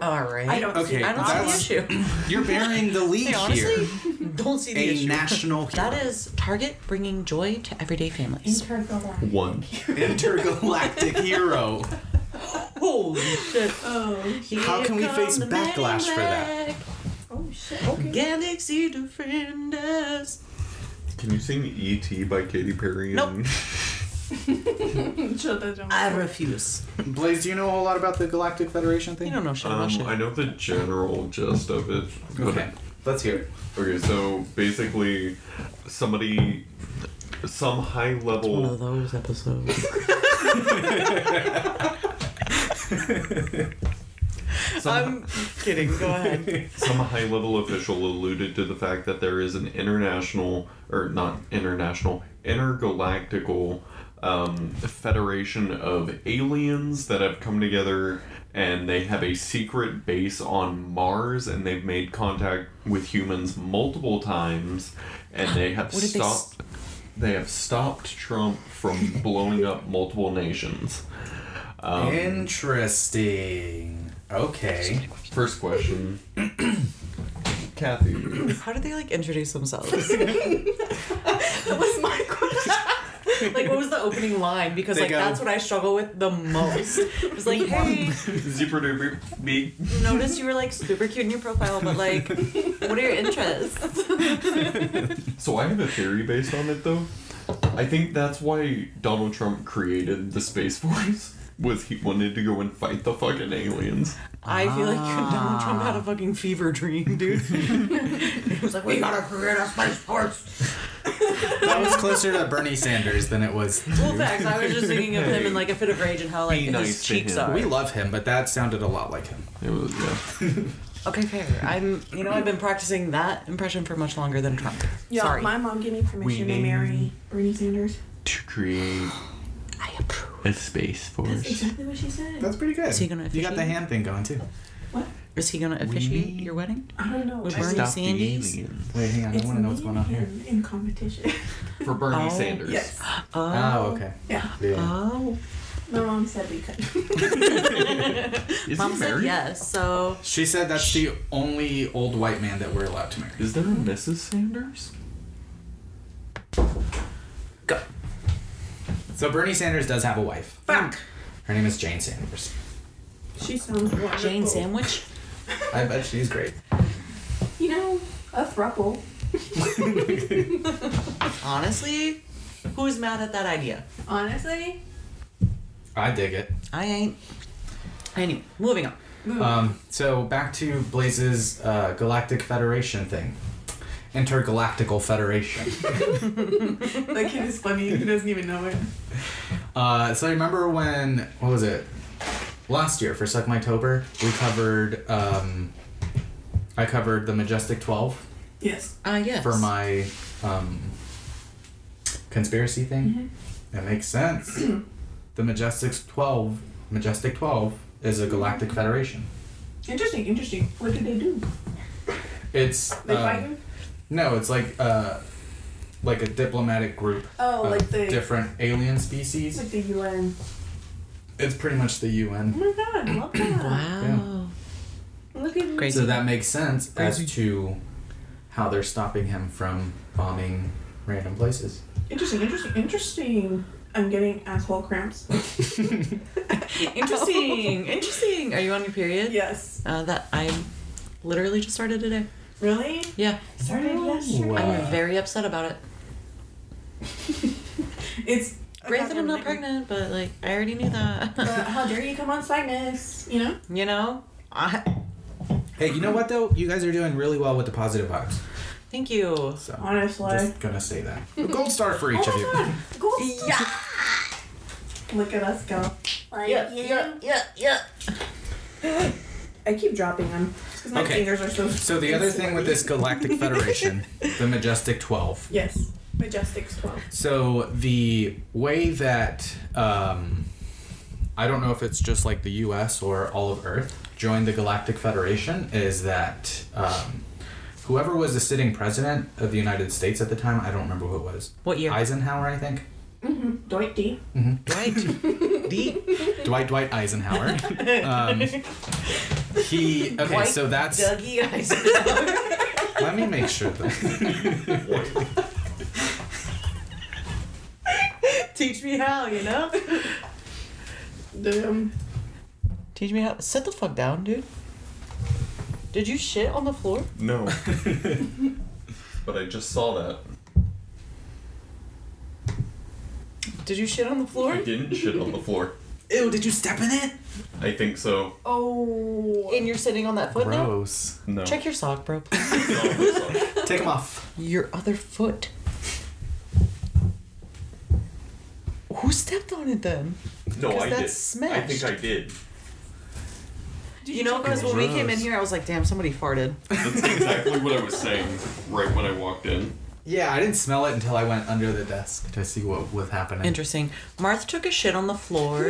S4: All right,
S3: I don't
S5: Okay,
S3: see
S4: I don't
S5: that's-
S4: see the issue.
S5: You're
S4: <laughs>
S5: burying the lead
S4: Hey,
S5: <laughs> here.
S4: honestly, don't see the
S5: A
S4: <laughs> issue.
S5: national hero.
S4: that is Target bringing joy to everyday families.
S3: Intergalactic.
S2: One.
S5: <laughs> intergalactic hero.
S4: <laughs> Holy <laughs> shit!
S3: Oh,
S5: How can we face backlash for that?
S3: oh shit. Okay.
S4: Galaxy defenders.
S2: Can you sing E.T. by Katy Perry?
S4: Nope.
S3: <laughs> Shut that down.
S4: I refuse.
S5: Blaze, do you know a whole lot about the Galactic Federation thing?
S4: You don't know shit about
S2: Um,
S4: shit.
S2: I know the general gist of it. but-
S5: Okay, let's hear it.
S2: Okay, so basically, somebody, some high
S4: One of
S2: level.
S4: those <laughs> episodes.
S2: Some,
S4: kidding. Go ahead.
S2: some high level official alluded to the fact that there is an international, or not international, intergalactical um, federation of aliens that have come together and they have a secret base on Mars and they've made contact with humans multiple times and they have
S4: What did they s-
S2: stopped. they have stopped Trump
S4: <laughs>
S2: from blowing up multiple nations. Um,
S4: Um,
S5: Interesting.
S4: <laughs>
S5: Okay.
S2: First question. Kathy.
S4: How did they like introduce themselves?
S3: That was my question.
S4: like, what was the opening line? Because
S5: They
S4: like
S5: go-
S4: that's what I struggle with the most. It was like, hey,
S2: Zipper duper me.
S4: notice you were like super cute in your profile, but like, what are your interests?
S2: So I have a theory based on it though. I think that's why Donald Trump created the Space Force. <laughs> Was he wanted to go and fight the fucking aliens?
S4: I feel like Donald Trump had a fucking fever dream, dude. <laughs> it was like we gotta create a space force.
S5: That was closer to Bernie Sanders than it was.
S4: Well, facts. I was just thinking of him in like a fit of rage and how like
S2: Be
S4: his
S2: nice to
S4: cheeks
S2: him.
S4: are.
S5: We love him, but that sounded a lot like him.
S2: It was yeah.
S4: Okay, fair. I'm, you know, I've been practicing that impression for much longer than Trump.
S3: Yeah,
S4: Sorry.
S3: my mom gave me permission
S2: We
S3: to
S2: name-
S3: marry Bernie Sanders.
S2: To create
S4: I approve.
S2: a space
S3: That's
S2: force.
S3: exactly what she said.
S5: That's pretty good.
S4: Is he gonna
S5: you got the
S4: officiate?
S5: hand thing going too.
S4: Is he gonna officiate
S2: need-
S4: your wedding?
S3: I don't know.
S4: With
S3: I
S4: Bernie
S3: just-
S2: Stop the
S4: Sanders?
S2: aliens.
S5: Wait, hang on.
S3: It's
S5: I want to know
S3: me
S5: what's going
S3: and
S5: on here.
S3: him in competition.
S2: For Bernie
S4: Oh.
S2: Sanders.
S3: yes.
S5: Oh, okay.
S3: Yeah.
S5: Yeah.
S4: Oh.
S3: My mom said we could.
S5: Hmm.
S2: Is
S4: Mom
S2: he
S4: said
S2: married?
S4: yes, so
S5: She said that's the only old white man that we're allowed to marry.
S2: Is there a Mrs. Sanders?
S4: go.
S5: So Bernie Sanders does have a wife.
S3: Fuck.
S5: Her name is Jane Sanders.
S3: She sounds wonderful.
S4: Jane Sandwich?
S5: I bet she's great.
S3: You know, a thruple.
S4: Honestly, who's mad at that idea?
S3: Honestly,
S5: I dig it.
S4: I ain't. Anyway, moving on.
S5: Um, so back to Blaze's uh, Galactic Federation thing. Intergalactical Federation.
S3: that kid is funny. He doesn't even know it.
S5: uh, so I remember when, what was it? Last year for Suck My Tober, we covered, um, I covered the Majestic 12
S3: Uh, Yes. Mm-hmm.
S4: Ah, yes.
S5: for my um, conspiracy thing. That makes sense.
S3: <clears throat>
S5: the Majestic's twelve, Majestic twelve, is a
S3: Mm-hmm.
S5: galactic federation.
S3: Interesting, interesting. What did they do?
S5: It's
S3: They
S5: uh,
S3: fight him?
S5: no, it's like uh, like a diplomatic group
S3: Oh,
S5: of
S3: like the
S5: uh, different alien
S3: it's
S5: species.
S3: like the UN.
S5: It's pretty much the UN.
S3: Oh my god, love that.
S4: Wow.
S3: Look at
S4: Great.
S5: So that makes sense as to how they're stopping him from bombing random places.
S3: interesting, interesting, interesting. I'm getting asshole
S5: <laughs>
S3: cramps.
S2: <laughs>
S4: Interesting. Interesting. Are you on your period?
S3: yes.
S4: Uh, that I literally just started today.
S3: Really?
S4: Yeah.
S3: Started yesterday.
S5: Wow.
S4: I'm very upset about it.
S3: It's
S4: Great that I'm not pregnant, but like I already knew
S3: But
S4: that. <laughs>
S3: how dare you come on Cygnus? You know?
S4: you know? I,
S5: Hey, you know what though? You guys are doing really well with the positive vibes.
S4: thank you.
S5: So
S3: Honestly.
S5: just gonna say that. A gold star for
S3: oh
S5: each of
S3: my
S5: you.
S3: god. Gold star. Look at us go.
S4: Yeah, yeah, yeah, yeah.
S3: I keep dropping them because my
S5: Okay.
S3: fingers are so.
S5: So the other thing with this
S3: <laughs>
S5: Galactic Federation, the Majestic Twelve.
S3: Yes, Majestic's twelve.
S5: So the way that um, I don't know if it's just like the U.S. or all of Earth joined the Galactic Federation is that um, whoever was the sitting president of the United States at the time, I don't remember who it was.
S4: What year?
S5: Eisenhower, I think.
S3: Doit D.
S4: Right. D.
S5: Dwight Dwight <laughs> Eisenhower. um, he okay.
S4: Dwight
S5: so that's
S4: Dougie Eisenhower.
S5: let me make sure that
S4: <laughs> Teach me how, you know?
S3: Damn.
S4: Teach me how. Sit the fuck down, dude. Did you shit on the floor?
S2: <laughs> No. but I just saw that.
S4: Did you shit on the
S2: I
S4: floor?
S2: didn't shit on the floor.
S5: <laughs> ew. Did you step in it?
S2: I think so.
S3: Oh.
S4: And you're sitting on that foot now?
S5: Gross.
S2: No.
S4: Check your sock, bro.
S5: Take him off.
S4: Your other foot. Who stepped on it then? <laughs>
S2: no, I
S4: that's
S2: did. I think
S4: smashed.
S2: I did.
S4: you know, because when we came in here, I was like, damn, somebody farted.
S2: That's exactly what I was saying right when I walked in.
S5: Yeah, I didn't smell it until I went under the desk to see what was happening.
S4: Interesting. Martha took a shit on the <laughs> floor,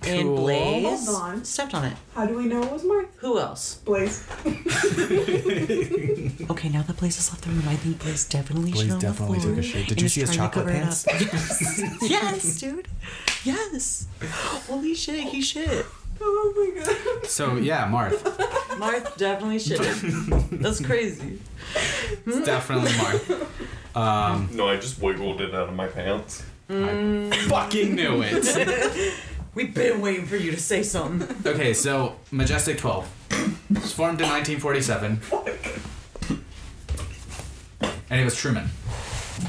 S4: and
S5: Cool.
S4: Blaze
S3: Hold on.
S4: stepped on it.
S3: How do we know it was Mark?
S4: Who else?
S3: Blaze.
S4: Okay, now that Blaze has left the room, I think Blaze definitely
S5: Blaze
S4: shit on
S5: definitely
S4: the floor.
S5: took a shit. Did
S4: and
S5: you
S4: is
S5: see his
S4: trying to
S5: chocolate
S4: cover it
S5: <laughs>
S4: up. Yes. yes, dude. Yes. Holy shit, he shit.
S3: Oh my god.
S5: So yeah, Marth.
S4: Marth definitely shitted. That's crazy.
S5: It's definitely Marth. Um,
S2: No, I just wiggled it out of my pants.
S5: I <laughs> fucking knew it.
S4: We've been waiting for you to say something.
S5: Okay, so Majestic Twelve was formed in 1947, and it was Truman.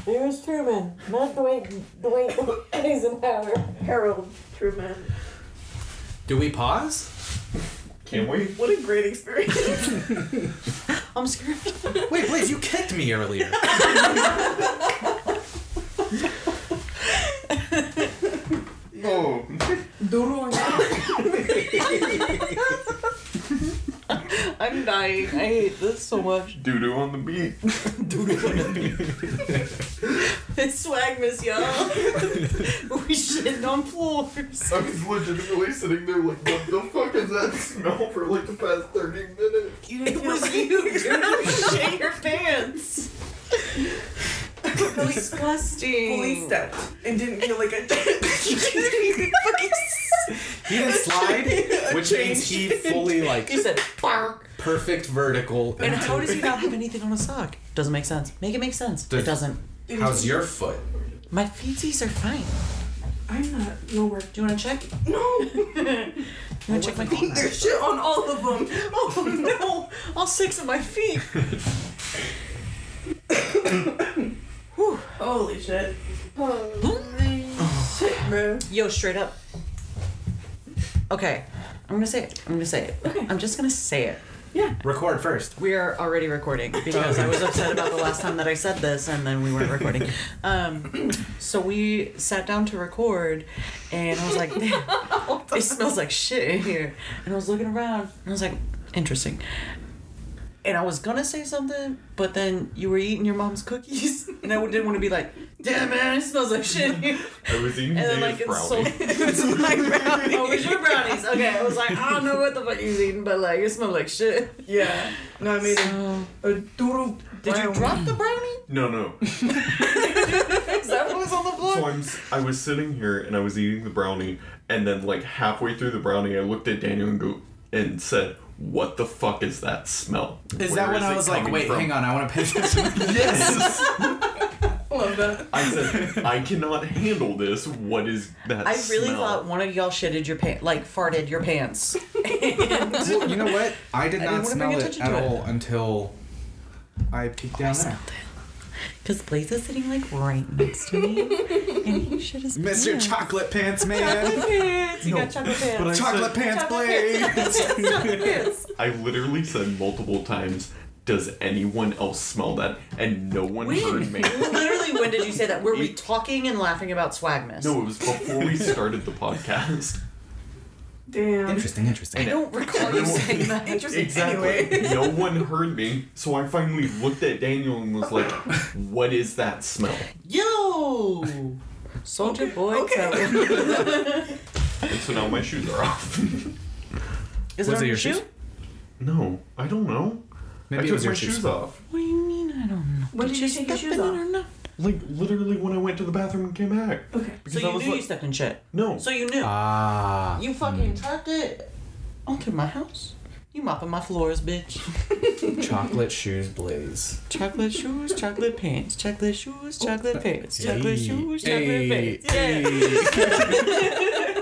S6: Here's Truman, not Dwight, Dwight Eisenhower.
S3: Harold Truman.
S5: Do we pause?
S2: Can we?
S3: What a great experience.
S4: I'm scared.
S5: Wait, Blaze, you kicked me earlier.
S2: No.
S4: I'm dying. I hate this so much.
S2: Doo doo on the beat.
S4: It's swag, miss y'all. <laughs> we shit on floors.
S2: I was legitimately sitting there like, what the fuck is that smell for like the past 30 minutes?
S4: It was you, dude. You shit your pants. <laughs> Disgusting.
S3: Fully stepped and didn't feel like a.
S4: <laughs>
S5: He didn't slide, which means he fully like
S4: He said, "Bark."
S5: perfect vertical.
S4: And
S5: into-
S4: how does he not have anything on a sock? Doesn't make sense. Make it make sense.
S5: Does-
S4: it doesn't.
S5: How's your foot?
S4: My feeties are fine.
S3: <laughs> I'm not nowhere.
S4: Do you want to check?
S3: No.
S4: You want to check Oh, my feet?
S3: There's shit on all of them.
S4: Oh no! All six of my feet.
S3: Holy shit. Shit, bro.
S4: Yo, straight up. Okay, I'm gonna say it. I'm gonna say it. I'm just gonna say it.
S5: Record first.
S4: We are already recording because I was upset about the last time that I said this and then we weren't recording. Um, so we sat down to record and I was like, "Damn, it smells like shit in here. And I was looking around and I was like, interesting. and I was gonna say something, but then you were eating your mom's cookies, <laughs> and I didn't want to be like, "Damn man, it smells like shit." here."
S2: I was eating
S4: And then
S2: Dana's
S4: like
S2: brownie.
S4: insult- <laughs> it's my brownie. Oh, it's your brownies. Okay, I was like, I don't know what the fuck you was eating, but like it smelled like shit.
S3: Yeah. No, I made a,
S4: So,
S3: a doodle.
S4: did you
S3: brown.
S4: drop the brownie?
S2: No, no.
S4: Is that what was on the
S2: So
S4: floor?
S2: I'm, s- I was sitting here and I was eating the brownie, and then like halfway through the brownie, I looked at Daniel and go and said, "What the fuck is that smell?"
S5: Is that when I was like, wait, hang on, I want to pay <laughs> attention.
S2: Yes,
S3: Love that.
S2: I said I cannot handle this. What is that?
S4: I really
S2: smell?"
S4: thought one of y'all shitted your pants, like farted your pants.
S5: well, you
S4: <laughs>
S5: know what?
S4: I
S5: I did
S4: didn't
S5: not
S4: wanna
S5: smell
S4: bring
S5: it
S4: attention
S5: at
S4: to it.
S5: all until I peeked down there.
S4: Because Blaze is sitting like right next to me, and he shit his
S5: Mr.
S4: pants. <laughs>
S5: Chocolate Pants Man.
S6: Pants.
S5: <laughs>
S6: You got chocolate
S2: But I
S6: pants.
S5: Chocolate
S2: said,
S5: Pants
S4: <laughs>
S5: Blaze.
S6: Pants.
S2: I literally said multiple times. Does anyone else smell that? And no one heard me.
S4: Literally, when did you say that? Were we
S2: Eat-
S4: talking and laughing about swagmas?
S2: No, it was before we started the
S4: <laughs>
S2: podcast.
S3: Damn.
S5: Interesting,
S4: I
S5: interesting.
S4: don't recall you saying that.
S3: Interesting.
S2: Exactly.
S3: Anyway.
S2: no one heard me, so I finally looked at Daniel and was like, "What is that smell?"
S4: Yo, soldier boy.
S3: okay.
S4: tell-
S2: And so now my shoes are off. <laughs>
S4: Is it
S5: Was
S4: on
S5: it
S4: your
S5: your
S4: shoe?
S5: shoes?
S2: no, I don't know. I
S5: Maybe it
S2: took
S5: was
S2: my
S5: your
S2: shoes
S5: shoes.
S2: off.
S4: What do you mean? I don't know.
S3: When did you take your
S4: step in
S3: shoes
S4: it
S3: off?
S4: or not?
S2: Like literally when I went to the bathroom and came back.
S3: Okay.
S4: So
S2: Because I
S4: you
S2: was
S4: knew you
S2: like,
S4: stepped in shit.
S2: no.
S4: So you knew.
S5: Ah.
S4: you fucking trapped it onto my house. You mopping my floors, bitch.
S5: Chocolate shoes blaze.
S4: Chocolate shoes, chocolate pants. Chocolate shoes, chocolate pants. Chocolate
S5: Hey,
S4: shoes, chocolate
S5: hey,
S4: pants. Yeah.
S5: hey.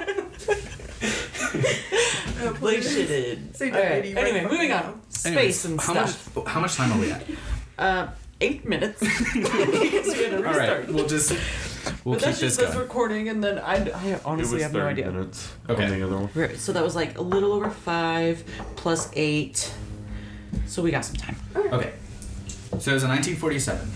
S4: Like shitted.
S3: Say
S4: All right.
S3: daddy right
S4: Anyway,
S3: fucking
S4: moving
S3: now.
S4: on. Space
S5: Anyways,
S4: and
S5: how
S4: stuff.
S5: much how much time are we at?
S4: Uh, eight
S5: <laughs>
S4: minutes. <laughs> Because we had to
S5: All
S4: restart.
S5: right, we'll just we'll
S4: but
S5: keep
S4: that's
S5: this
S4: just us
S5: going.
S4: recording, and then I, I honestly have no idea.
S2: minutes.
S5: Okay.
S2: On the other one.
S4: Right, So that was like a little over five plus eight. So we got some time.
S5: Okay. So it was in 1947.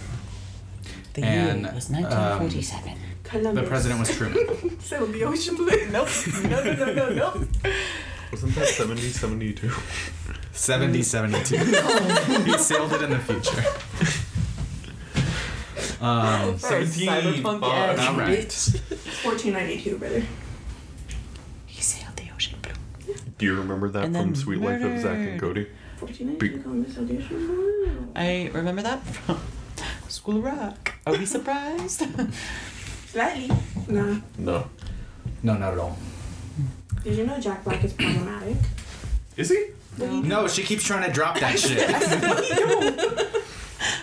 S4: The
S5: And,
S4: year was
S5: um,
S4: 1947.
S5: The
S3: Columbus.
S5: president was Truman.
S3: Sailed the ocean blue.
S4: <laughs> nope. No, no, no, no, no.
S2: Wasn't that 70, 72?
S5: 70,
S4: Mm.
S5: 72.
S4: <laughs>
S5: <laughs> he sailed it in the future. Um,
S2: Seventeen,
S4: Cyberpunk
S2: fuck.
S4: ass
S5: all right.
S4: bitch.
S3: 1492, brother.
S4: He sailed the ocean blue.
S2: Do you remember that
S4: And
S2: from
S4: then
S2: Sweet Life of Zack and Cody?
S3: 1492, Columbus, sailed the ocean blue.
S4: I remember that from <laughs> School of Rock. Are we surprised? <laughs>
S3: Slightly. Nah.
S2: No.
S5: No, not at all.
S3: Did you know Jack Black is problematic?
S2: Is he?
S5: No, she keeps trying to drop that
S4: <laughs>
S5: shit.
S4: I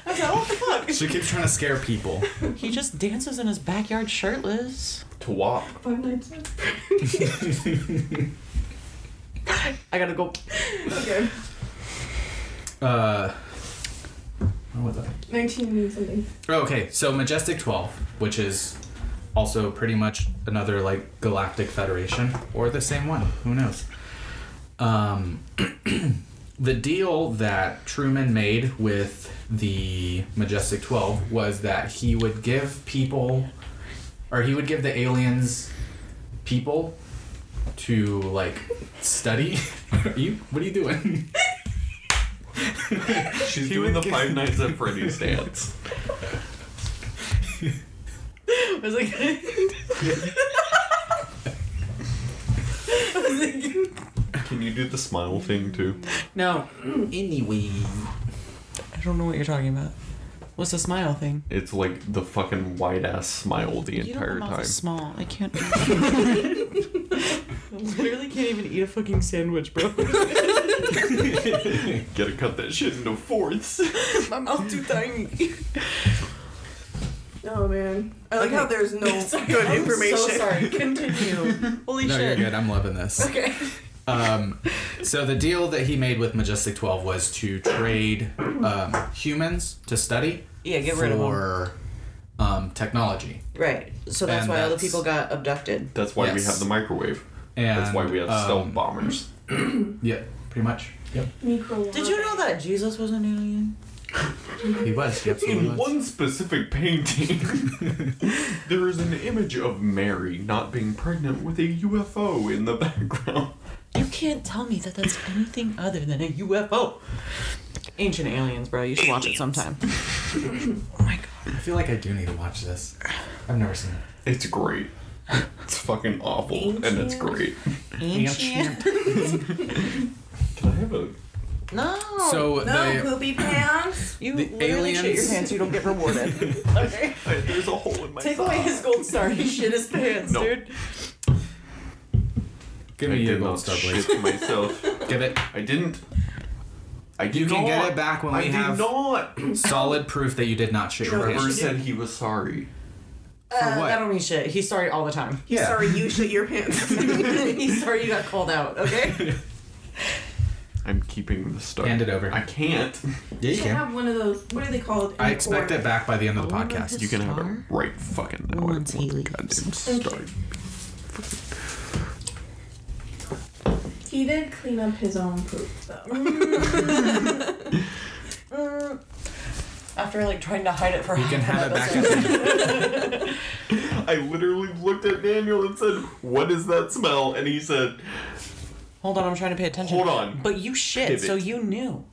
S4: was like, what the fuck?
S5: she keeps trying to scare people.
S4: He just dances in his backyard shirtless.
S2: To WAP.
S3: Five nights. <laughs> at-
S4: I gotta go. <laughs>
S3: okay.
S5: Uh, what was I?
S3: 19 something.
S5: Okay, so Majestic 12, which is also pretty much another like Galactic Federation or the same one, who knows. Um, <clears throat> the deal that Truman made with the Majestic 12 was that he would give people or he would give the aliens people to like study. <laughs> Are you what are you doing?
S2: She's
S5: He
S2: doing
S5: would
S2: the
S5: get-
S2: Five Nights at Freddy's dance.
S4: I was like, <laughs>
S2: Can you do the smile thing too?
S4: no,
S5: Anyway.
S4: I don't know what you're talking about. What's the smile thing?
S2: It's like the fucking wide ass smile the
S4: you know,
S2: entire
S4: my mouth
S2: time. <laughs>
S4: is small. I can't. <laughs> Literally can't even eat a fucking sandwich, bro. <laughs>
S2: Gotta cut that shit into fourths.
S4: my mouth too tiny.
S3: Oh man. I like
S4: Okay.
S3: how there's
S4: <laughs>
S3: no good
S4: I'm
S3: information.
S4: So sorry. <laughs> Continue. Holy
S5: No, you're
S4: shit.
S5: good. I'm loving this.
S4: Okay.
S5: Um, so the deal that he made with Majestic 12 was to trade um, humans to study
S4: Yeah, get rid of them.
S5: for um, technology.
S4: Right. So that's
S5: And
S4: why other
S5: that's-
S4: people got abducted.
S2: That's why we
S5: Yes.
S2: have the microwave.
S5: And
S2: That's why we have
S5: um,
S2: stealth bombers.
S5: Yeah, pretty much. Yep.
S3: Micro.
S4: Did you know that Jesus was an alien?
S5: He was. He absolutely
S2: In
S5: was.
S2: one specific painting, <laughs> there is an image of Mary not being pregnant with a UFO in the <laughs> background.
S4: You can't tell me that that's anything other than a UFO. Ancient Aliens, bro. You should watch it <laughs> sometime. oh my god.
S5: I feel like I do need to watch this. I've never seen it.
S2: It's great. <laughs> It's fucking awful, and it's great.
S4: Ancient.
S2: Can I have a?
S4: No.
S5: So
S3: No
S5: the
S3: poopy pants.
S4: you
S5: the
S4: literally shit your
S5: aliens-
S4: pants. You don't get rewarded.
S5: <laughs>
S4: okay.
S2: I, there's a hole in my.
S4: Take away his gold star. He shit his pants,
S2: No.
S4: dude.
S5: give
S2: I
S5: me your
S2: did
S5: gold
S2: not
S5: star, please.
S2: shit myself.
S5: Give it.
S2: I didn't. I did
S5: You can
S2: not.
S5: get it back when
S2: I
S5: we
S2: did
S5: have- <clears throat>
S2: not.
S5: Solid proof that you did not shit your
S2: Trevor
S5: pants.
S2: said he was sorry.
S4: Uh,
S5: what?
S4: That don't mean shit. He's sorry all the time. <laughs>
S5: Yeah.
S3: Sorry, you shit your
S5: <laughs>
S3: pants.
S4: He's sorry you got called out. Okay.
S2: I'm keeping the star.
S5: Hand it over.
S2: I can't.
S5: Yeah, you
S3: should
S5: can.
S3: have one of those. What are they called?
S5: I expect
S3: Encore.
S5: it back by the end of the
S4: Oh, that's-
S5: podcast.
S2: You can have it
S4: Star?
S2: right fucking now.
S4: Once
S2: I want
S4: he
S2: the
S4: leaves.
S2: goddamn star.
S3: He did clean up his own poop <laughs> though.
S4: After like trying to hide it for
S5: You can
S4: half an
S5: have
S4: <laughs>
S5: it back.
S4: episode.
S5: At the
S2: I literally looked at Daniel and said, "What is that smell?" And he said,
S4: Hold on, I'm trying to pay attention.
S2: Hold on.
S4: But you shit,
S2: Pivot.
S4: so you knew.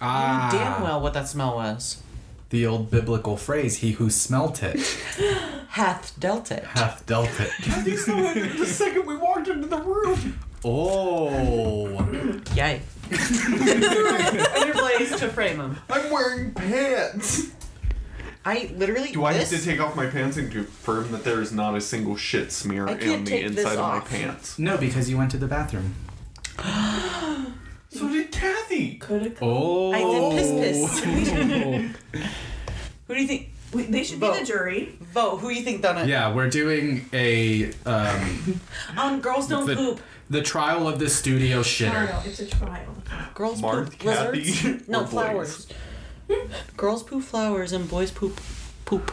S5: ah,
S4: Damn well what that smell was.
S5: The old biblical phrase, "He who smelt it
S4: Hath dealt it.
S5: hath dealt
S2: <laughs>
S5: it."
S2: "You smell it the second we walked into the room."
S5: oh,
S2: <laughs>
S4: Yay. Underblaze to frame him.
S2: I'm wearing pants. <laughs>
S4: I literally.
S2: Do I
S4: this,
S2: have to take off my pants and confirm that there is not a single shit smear
S4: I
S2: on
S4: can't
S2: the
S4: take this
S2: inside of my
S4: off.
S2: pants?
S5: no, because you went to the bathroom.
S2: So did Kathy.
S3: Could have.
S5: Oh,
S4: I did piss
S5: piss.
S4: Who do you think?
S3: They should be
S4: Vote.
S3: the jury.
S4: Vote. Who do you think done it?
S5: <laughs> yeah, we're doing a um,
S4: Um, girls don't
S5: the,
S4: poop.
S5: the trial of the studio shitter.
S3: Trial. It's a trial.
S4: Girls
S2: Marth,
S4: poop
S2: Kathy,
S4: lizards.
S2: <laughs> or
S4: <laughs> No
S2: boys?
S4: flowers. girls poop flowers and boys poop poop.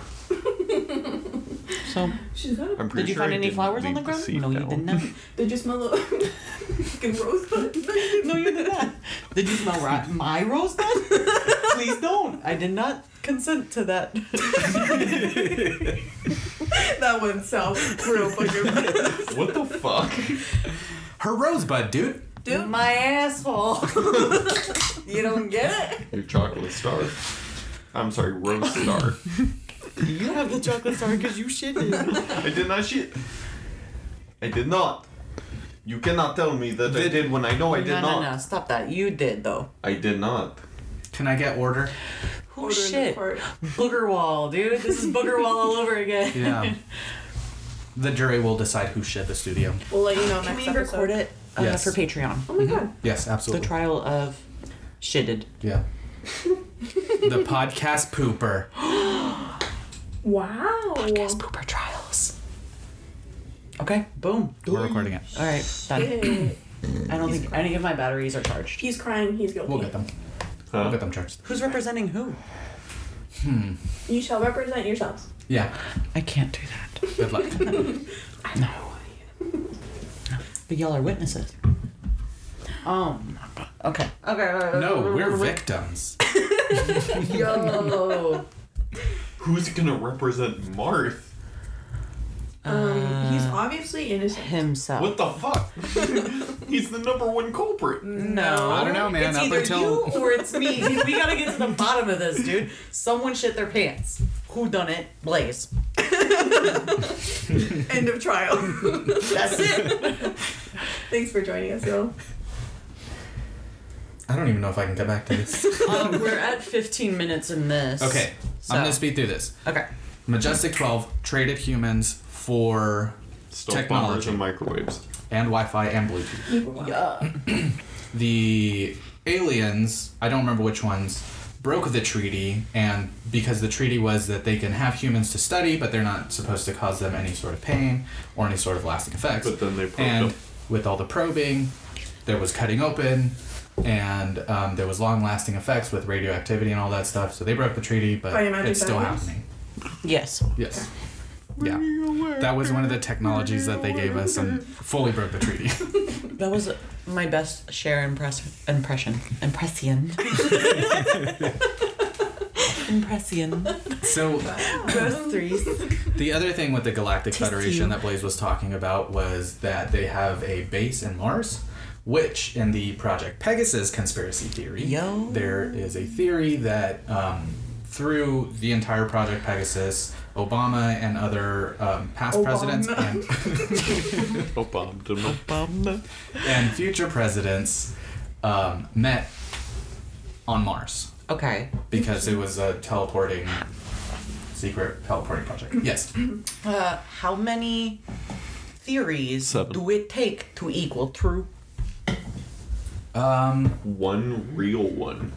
S4: So,
S3: She's got a.
S2: I'm pretty
S4: did you
S2: sure
S4: find
S2: I
S4: any
S2: didn't
S4: flowers on
S2: leave
S4: the ground?
S2: seat
S4: no, you
S2: down.
S4: did not.
S3: They just smell <laughs> a fucking rosebud. <laughs>
S4: No, you did not. <laughs> Did you smell ri- my rose <laughs> then? Please don't. I did not consent to that.
S3: that one sounds real <laughs>
S2: <laughs>
S3: fucking.
S2: What the fuck?
S5: Her rosebud, dude.
S3: Dude.
S4: My asshole. <laughs> you don't get it?
S2: Your chocolate star. I'm sorry,
S4: <laughs>
S2: rose star.
S4: You have the chocolate star because you shitted.
S2: I did not shit. I did not. You cannot tell me that I
S5: Did-
S2: did when I know I did
S4: no,
S2: not.
S4: no, no. Stop that. You did, though.
S2: I did not.
S5: Can I get order?
S4: Who
S3: Order in the
S4: shit?
S3: court.
S4: Booger wall, dude. This is booger wall all over <laughs> again.
S5: Yeah. the jury will decide who shit the studio.
S3: We'll let you know
S4: Can
S3: next
S4: we
S3: episode.
S4: record it uh,
S5: Yes.
S4: for Patreon?
S3: Oh my god.
S5: Yes,
S4: The
S5: absolutely.
S4: trial of shitted.
S5: Yeah. the podcast pooper. Mm-hmm.
S3: Wow.
S4: Yes, pooper trials. Okay, boom.
S5: We're recording it.
S4: All right, done.
S3: Shit.
S4: I don't think any of my batteries are charged.
S3: He's crying. He's guilty.
S5: We'll get them.
S2: Huh?
S5: We'll get them charged.
S4: Who's representing who?
S3: You shall represent yourselves.
S5: Yeah.
S4: I can't do that.
S5: Good luck.
S4: But y'all are witnesses. Oh my god. Okay. Okay.
S5: No, we're victims.
S4: Yo.
S2: Who's gonna represent Marth?
S3: <laughs> Um, he's obviously innocent.
S4: Himself.
S2: What the fuck? <laughs> He's the number one culprit.
S4: Mm. No.
S5: I don't know, man,
S4: It's
S5: up
S4: either
S5: until-
S4: you or it's me. <laughs> we gotta get to the bottom of this, dude. Someone shit their pants. Who done it? Blaze.
S3: End of trial.
S4: That's it.
S3: Thanks for joining us, y'all.
S5: I don't even know if I can get back to this.
S4: um, we're at 15 minutes in this.
S5: Okay.
S4: So-
S5: I'm gonna speed through this.
S4: Okay.
S5: Majestic 12 traded humans for
S2: Stuff bombers
S5: Technology.
S2: and microwaves.
S5: and Wi-Fi and Bluetooth.
S4: Yeah.
S5: The aliens, I don't remember which ones, broke the treaty and because the treaty was that they can have humans to study, but they're not supposed to cause them any sort of pain or any sort of lasting effects.
S2: But then they probed
S5: and
S2: them.
S5: with all the probing, there was cutting open and um, there was long-lasting effects with radioactivity and all that stuff. So they broke the treaty, but
S3: By magic
S5: it's still
S3: items?
S5: happening.
S4: Yes.
S5: Yes. Yeah. That was one of the technologies that they gave us and fully broke the treaty.
S4: That was my best share impress- impression.
S5: <laughs>
S4: Impression. <laughs> impression.
S5: so
S4: Those threes.
S5: the other thing with the Galactic
S4: Tasty.
S5: Federation that Blaze was talking about was that they have a base in Mars which in the Project Pegasus conspiracy theory,
S4: Yo.
S5: there is a theory that um, through the entire Project Pegasus, Obama and other um, past presidents and,
S2: Obama.
S5: <laughs>
S4: Bum.
S5: and future presidents um, met on Mars
S4: Okay.
S5: because it was a teleporting secret teleporting project. Yes.
S4: Uh, how many theories
S2: Seven.
S4: do it take to equal true?
S5: Um,
S2: One real one.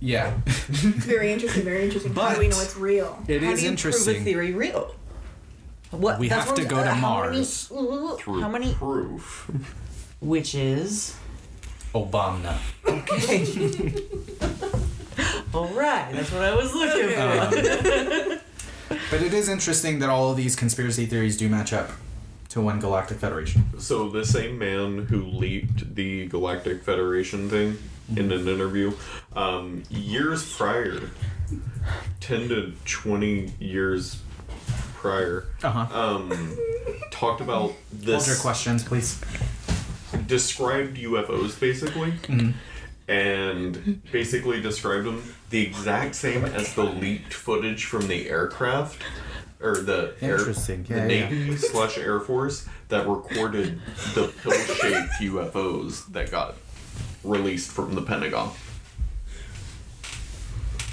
S5: yeah. <laughs>
S3: Very interesting, very interesting. How do we
S5: But-
S3: know it's real?
S5: It
S4: how
S5: is
S4: do you prove a
S5: interesting.
S4: theory real? What
S5: We
S4: that's
S5: have
S4: what
S5: to
S4: I'm-
S5: go to
S4: how many-
S5: Mars.
S2: Through
S4: how many?
S2: proof?
S4: Which is
S5: Obama.
S4: okay. All right, that's what I was looking for.
S5: But it is interesting that all of these conspiracy theories do match up to one Galactic Federation.
S2: So the same man who leaked the Galactic Federation thing in
S5: Mm.
S2: an interview um, years prior, ten to twenty years prior,
S5: Uh-huh.
S2: um, talked about
S5: Hold your
S2: this
S5: questions, please.
S2: described UFOs basically,
S5: Mm-hmm.
S2: and basically described them the exact same as the leaked footage from the aircraft or the air,
S5: Interesting.
S2: the
S5: Yeah, yeah,
S2: Navy slash Air Force that recorded the pill-shaped UFOs that got released from the Pentagon.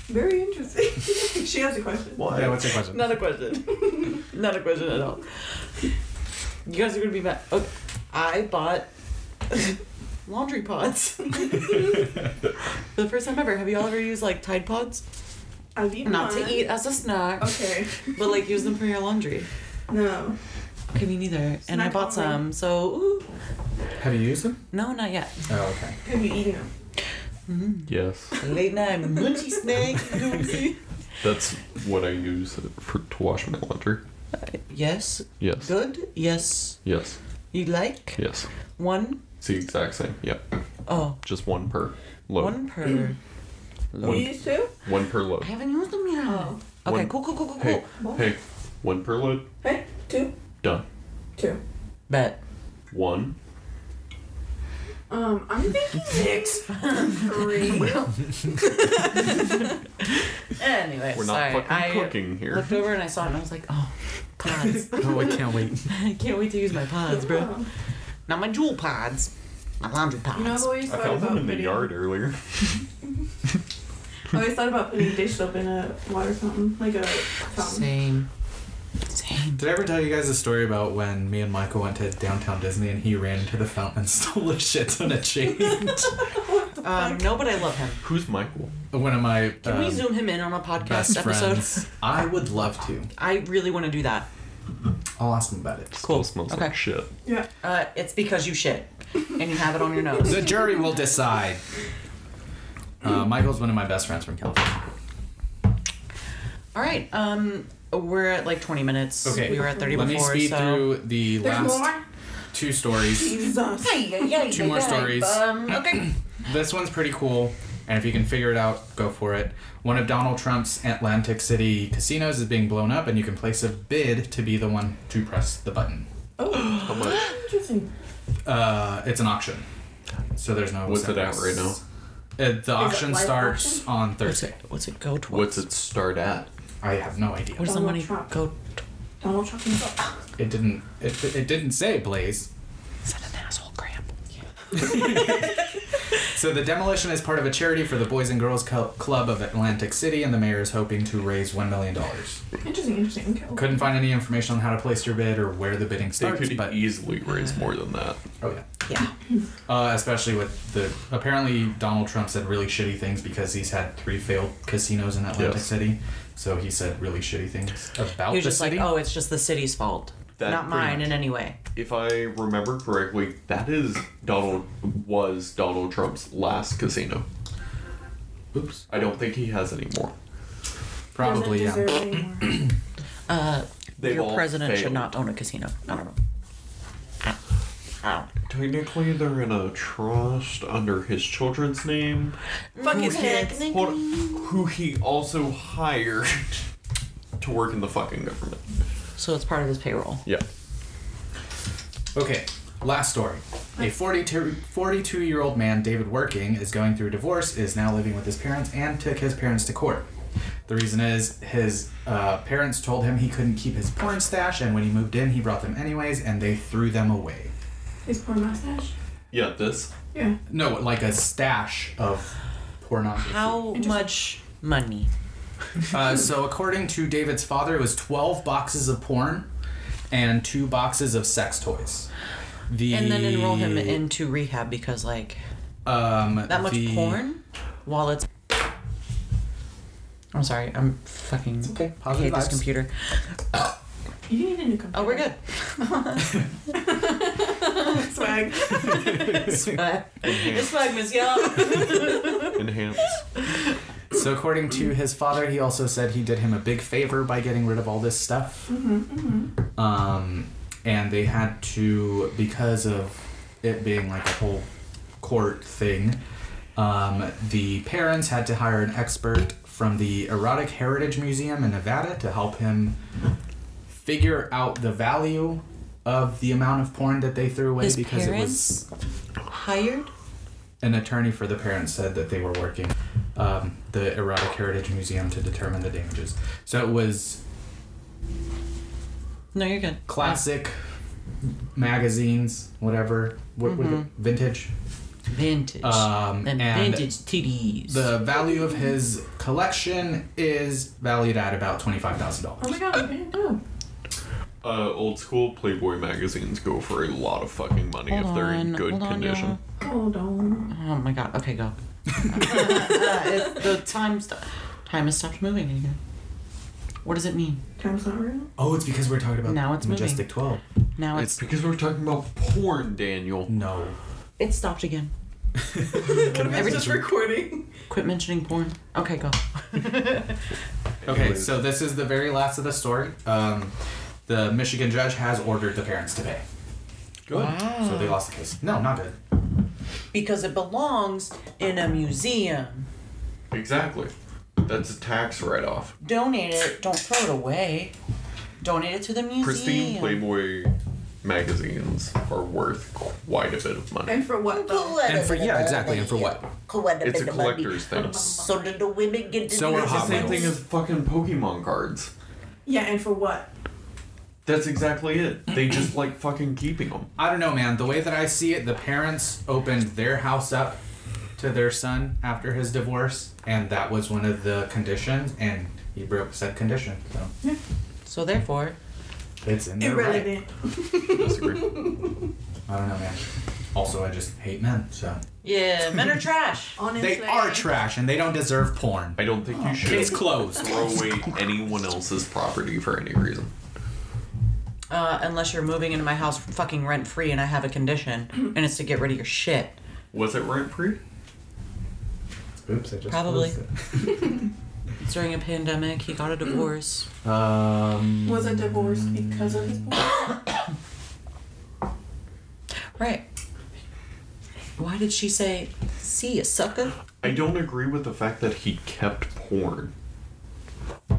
S3: Very interesting. <laughs> she has a question.
S2: Why?
S5: Yeah, what's your
S4: <laughs>
S5: question?
S4: Not a question. <laughs> Not a question at all. You guys are gonna be mad. Okay. I bought <laughs> laundry pods. <laughs> For the first time ever. Have you all ever used like Tide Pods?
S3: I've eaten
S4: Not to
S3: one.
S4: eat as a snack,
S3: Uh-huh. Okay.
S4: but like use them for your laundry.
S3: No.
S4: Okay, me neither. And I
S3: Snack
S4: bought
S3: only.
S4: some, so ooh.
S5: Have you used them?
S4: no, not yet.
S5: Oh, okay.
S3: Have you eaten them?
S2: Yes,
S4: Late night munchie snack. oopsie.
S2: that's what I use for to wash my laundry.
S4: <laughs> yes.
S2: Yes,
S4: Good. Yes.
S2: yes,
S4: You like
S2: yes.
S4: one?
S2: It's the exact same. Yep,
S4: Oh,
S2: just one per load.
S4: one
S5: <clears throat>
S4: per.
S3: You
S2: One,
S3: used two?
S2: one per
S4: I
S2: load.
S4: haven't used them yet.
S3: Oh.
S4: Okay,
S2: One-
S4: cool, cool, cool, cool,
S2: Hey,
S4: cool.
S2: hey, one per load.
S3: Hey, two,
S2: Done.
S3: two.
S4: Bet.
S2: One.
S3: Um, I'm thinking six, <laughs> three.
S4: Anyway,
S2: We're
S4: sorry.
S2: not fucking
S4: I
S2: cooking here.
S4: looked over and I saw it and I was like, oh, pods.
S5: <laughs> Oh, I can't wait.
S4: <laughs> I can't wait to use my pods, bro.
S3: Oh.
S4: Not my jewel pods, my laundry pods.
S3: You know, I've always
S2: I
S3: thought
S2: found
S3: about
S2: them in the
S3: putting-
S2: yard earlier. <laughs>
S3: I always thought about putting dish soap in a water fountain, like a fountain.
S4: Same. Same.
S5: Did I ever tell you guys a story about when me and Michael went to downtown Disney and he ran into the fountain and <laughs> stole a shit ton of change?
S4: Um, no, but I love him.
S2: Who's Michael?
S5: <laughs> One of my
S4: Can we
S5: um,
S4: zoom him in on a podcast
S5: best
S4: episode?
S5: friends. I would love to.
S4: I really want to do that.
S5: I'll ask him about it.
S2: Still smells
S4: Okay.
S2: like shit.
S3: Yeah.
S4: Uh, it's because you shit and you have it on your
S5: <laughs>
S4: nose.
S5: The jury will decide. Uh, Michael's one of my best friends from California.
S4: All right. Um, we're at like 20 minutes. We were at 30
S5: Let
S4: before,
S5: me speed
S4: so.
S5: through the
S3: There's
S5: last
S3: more?
S5: two stories.
S3: Jesus.
S5: Two more stories.
S4: Um, okay.
S5: This one's pretty cool, and if you can figure it out, go for it. One of Donald Trump's Atlantic City casinos is being blown up, and you can place a bid to be the one to press the button.
S2: How much?
S3: Interesting.
S5: Uh, it's an auction, so there's no.
S2: What's it at right now?
S5: Uh, the auction
S3: live
S5: starts
S3: auction?
S5: on
S4: What's
S5: Thursday.
S4: it, what's it go
S2: What's
S4: towards?
S2: it start at?
S5: I have no idea.
S4: Where does the
S3: Donald
S4: money
S3: Trump.
S4: go?
S3: Donald Trump himself.
S5: It didn't. It, it didn't say Blaze.
S4: Is that an asshole cramp?
S5: So the demolition is part of a charity for the Boys and Girls Cl- Club of Atlantic City, and the mayor is hoping to raise one million dollars.
S3: Interesting, interesting. Okay. cool.
S5: Couldn't find any information on how to place your bid or where the bidding
S2: They
S5: starts,
S2: could e-
S5: but
S2: easily raise more than that.
S5: oh yeah,
S4: Yeah.
S5: <laughs> uh, especially with the apparently Donald Trump said really shitty things because he's had three failed casinos in Atlantic
S2: Yes.
S5: City, so he said really shitty things about
S4: You're
S5: the
S4: just
S5: city.
S4: like, oh, it's just the city's fault.
S2: That
S4: Not
S2: pretty
S4: mine
S2: much-
S4: in any way.
S2: If I remember correctly, that is Donald was Donald Trump's last casino.
S5: Oops,
S2: I don't think he has any more.
S5: probably
S3: Doesn't
S5: yeah.
S3: deserve any more.
S4: Uh,
S2: They've
S4: your
S2: all
S4: president should
S2: failed.
S4: not own a casino. I don't know. I
S2: Technically, they're in a trust under his children's name.
S4: don't. Fuck his
S2: Hold on. Who he also hired to work in the fucking government.
S4: So it's part of his payroll.
S2: Yeah.
S5: Okay, last story. A 42 year old man, David Working, is going through a divorce, is now living with his parents, and took his parents to court. The reason is his uh, parents told him he couldn't keep his porn stash, and when he moved in, he brought them anyways, and they threw them away.
S3: His poor mustache.
S2: Yeah, this.
S3: Yeah.
S5: No, like a stash of pornography.
S4: How
S3: Interesting.
S4: much money?
S5: Uh, so, according to David's father, it was 12 boxes of porn and two boxes of sex toys. The,
S4: And then enroll him into rehab because like
S5: um,
S4: that much
S5: the-
S4: porn while it's I'm sorry, I'm fucking
S5: Okay,
S4: I
S5: positive
S4: hate this
S5: vibes.
S4: computer.
S3: You need a new computer.
S4: Oh, we're good.
S3: Swag.
S4: it's like Miss Young.
S2: Enhance.
S5: So, according to his father, he also said he did him a big favor by getting rid of all this stuff. Um, and they had to, because of it being like a whole court thing, um, the parents had to hire an expert from the Erotic Heritage Museum in Nevada to help him figure out the value of the amount of porn that they threw away
S4: His
S5: because
S4: parents
S5: it was
S4: hired.
S5: an attorney for the parents said that they were working um, the erotic heritage museum to determine the damages so it was
S4: No, you're good.
S5: classic magazines whatever what, what- vintage
S4: Vintage.
S5: um,
S4: Mm-hmm. and,
S5: and
S4: vintage TDs.
S5: the value of his collection is valued at about $25000
S3: Oh my god, we didn't go.
S2: Uh, old school Playboy magazines go for a lot of fucking money
S4: Hold
S2: if they're in
S4: on,
S2: good
S4: hold on,
S2: condition.
S4: y'all.
S3: Hold on.
S4: Oh my god. Okay, go. It's- the time st- time has stopped moving again. What does it mean?
S3: Time's not real.
S5: oh it's because we're talking about
S4: Now it's moving.
S5: majestic 12
S4: Now it's
S2: because we're talking about porn, Daniel.
S5: no
S4: it stopped again.
S3: It's just recording.
S4: Quit mentioning porn. Okay, go.
S5: okay so this is the very last of the story um, the michigan judge has ordered the parents to pay
S2: Good.
S5: so they lost the case no not good
S4: Because it belongs in a museum.
S2: Exactly. That's a tax write off.
S4: Donate it. Don't throw it away. Donate it to the museum.
S2: Pristine Playboy magazines are worth quite a bit of money.
S3: And for what though?
S5: and for yeah exactly and for what
S2: It's a collector's thing. It's
S4: So did the women get to
S5: So
S4: do
S5: are
S4: this?
S2: the
S5: Hot
S2: same thing
S5: Wheels.
S2: as fucking Pokemon cards.
S3: Yeah, and for what?
S2: That's exactly it. They just like fucking keeping them.
S5: I don't know, man. The way that I see it, the parents opened their house up to their son after his divorce, and that was one of the conditions, and he broke said condition. So
S4: So therefore,
S5: it's in there.
S3: Irrelevant.
S2: Disagree.
S5: I don't know, man. Also, I just hate men, so
S4: yeah, men <laughs> are trash.
S3: Honestly.
S5: they are trash and they don't deserve porn.
S2: I don't think you
S5: It's
S2: should
S5: closed.
S2: throw away anyone else's property for any reason.
S4: Uh, unless you're moving into my house fucking rent free and I have a condition <clears throat> and it's to get rid of your shit.
S2: Was it rent free?
S5: Oops, I just
S4: Probably.
S5: closed
S4: It's during a pandemic. He got a divorce.
S5: it. Um,
S3: Was a divorce because of his boy?
S4: Right. Why did she say, see ya, sucker?
S2: I don't agree with the fact that he kept porn.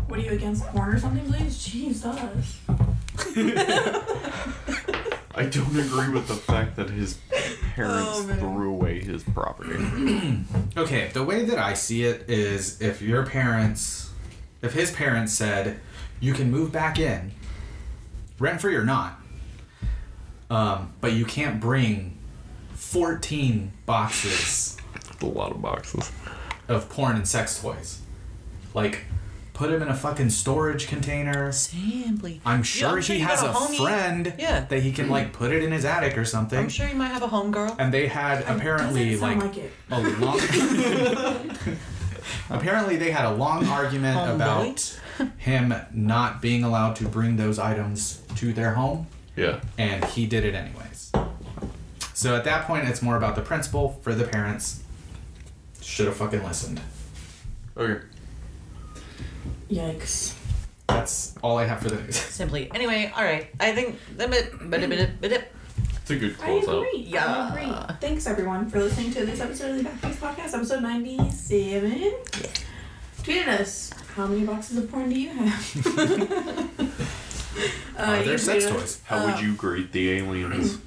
S3: What are you against porn or something, please? Jesus.
S2: I don't agree with the fact that his
S3: Oh,
S2: parents threw away his property.
S5: Okay, the way that I see it is if your parents, if his parents said, you can move back in, rent free or not, um, but you can't bring 14 boxes
S2: A lot of boxes.
S5: of porn and sex toys. Like, put him in a fucking storage container.
S4: Simply.
S5: I'm sure
S4: I'm sure
S5: he
S4: you
S5: has
S4: got
S5: a,
S4: a homie.
S5: friend
S4: Yeah.
S5: that he can, like, put it in his attic or something.
S4: I'm sure you might have a homegirl.
S5: and they had apparently,
S3: Doesn't sound
S5: like
S3: like it.
S5: a long. Oh, <laughs> Apparently, they had a long argument
S4: Homeboy.
S5: about him not being allowed to bring those items to their home,
S2: Yeah.
S5: and he did it anyways. So at that point, it's more about the principal for the parents. Should have fucking listened.
S2: Okay.
S3: Yikes.
S5: That's all I have for the.
S4: Simply. Anyway, alright. I think.
S2: It's a good
S3: I
S2: closeout.
S3: agree.
S4: Yeah.
S3: I agree. Thanks everyone for listening to this episode of the Backbox Podcast, episode ninety-seven. Tweet at us. How many boxes of porn do you have? uh,
S5: Are
S3: you
S5: there
S3: can tweet
S5: sex
S3: us.
S5: toys?
S2: How would you grade the aliens?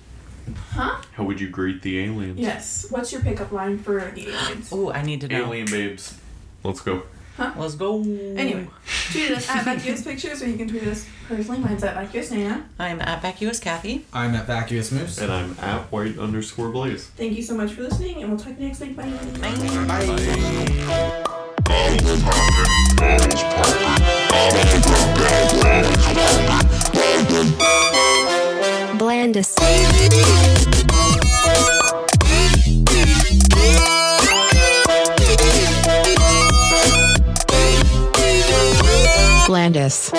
S3: Huh?
S2: How would you greet the aliens?
S3: Yes. What's your pickup line for the aliens?
S4: Oh, I need to know.
S2: Alien babes. Let's go.
S4: Let's go.
S3: Anyway, tweet us at Vacuous Pictures, or you can tweet us personally. Mine's at Vacuous Nana.
S4: I'm at vacuous Kathy.
S5: I'm at Vacuous Moose.
S2: And I'm at white underscore blaze.
S3: Thank you so much for listening, and we'll talk to you next week. Bye.
S7: Blandis. Blandis.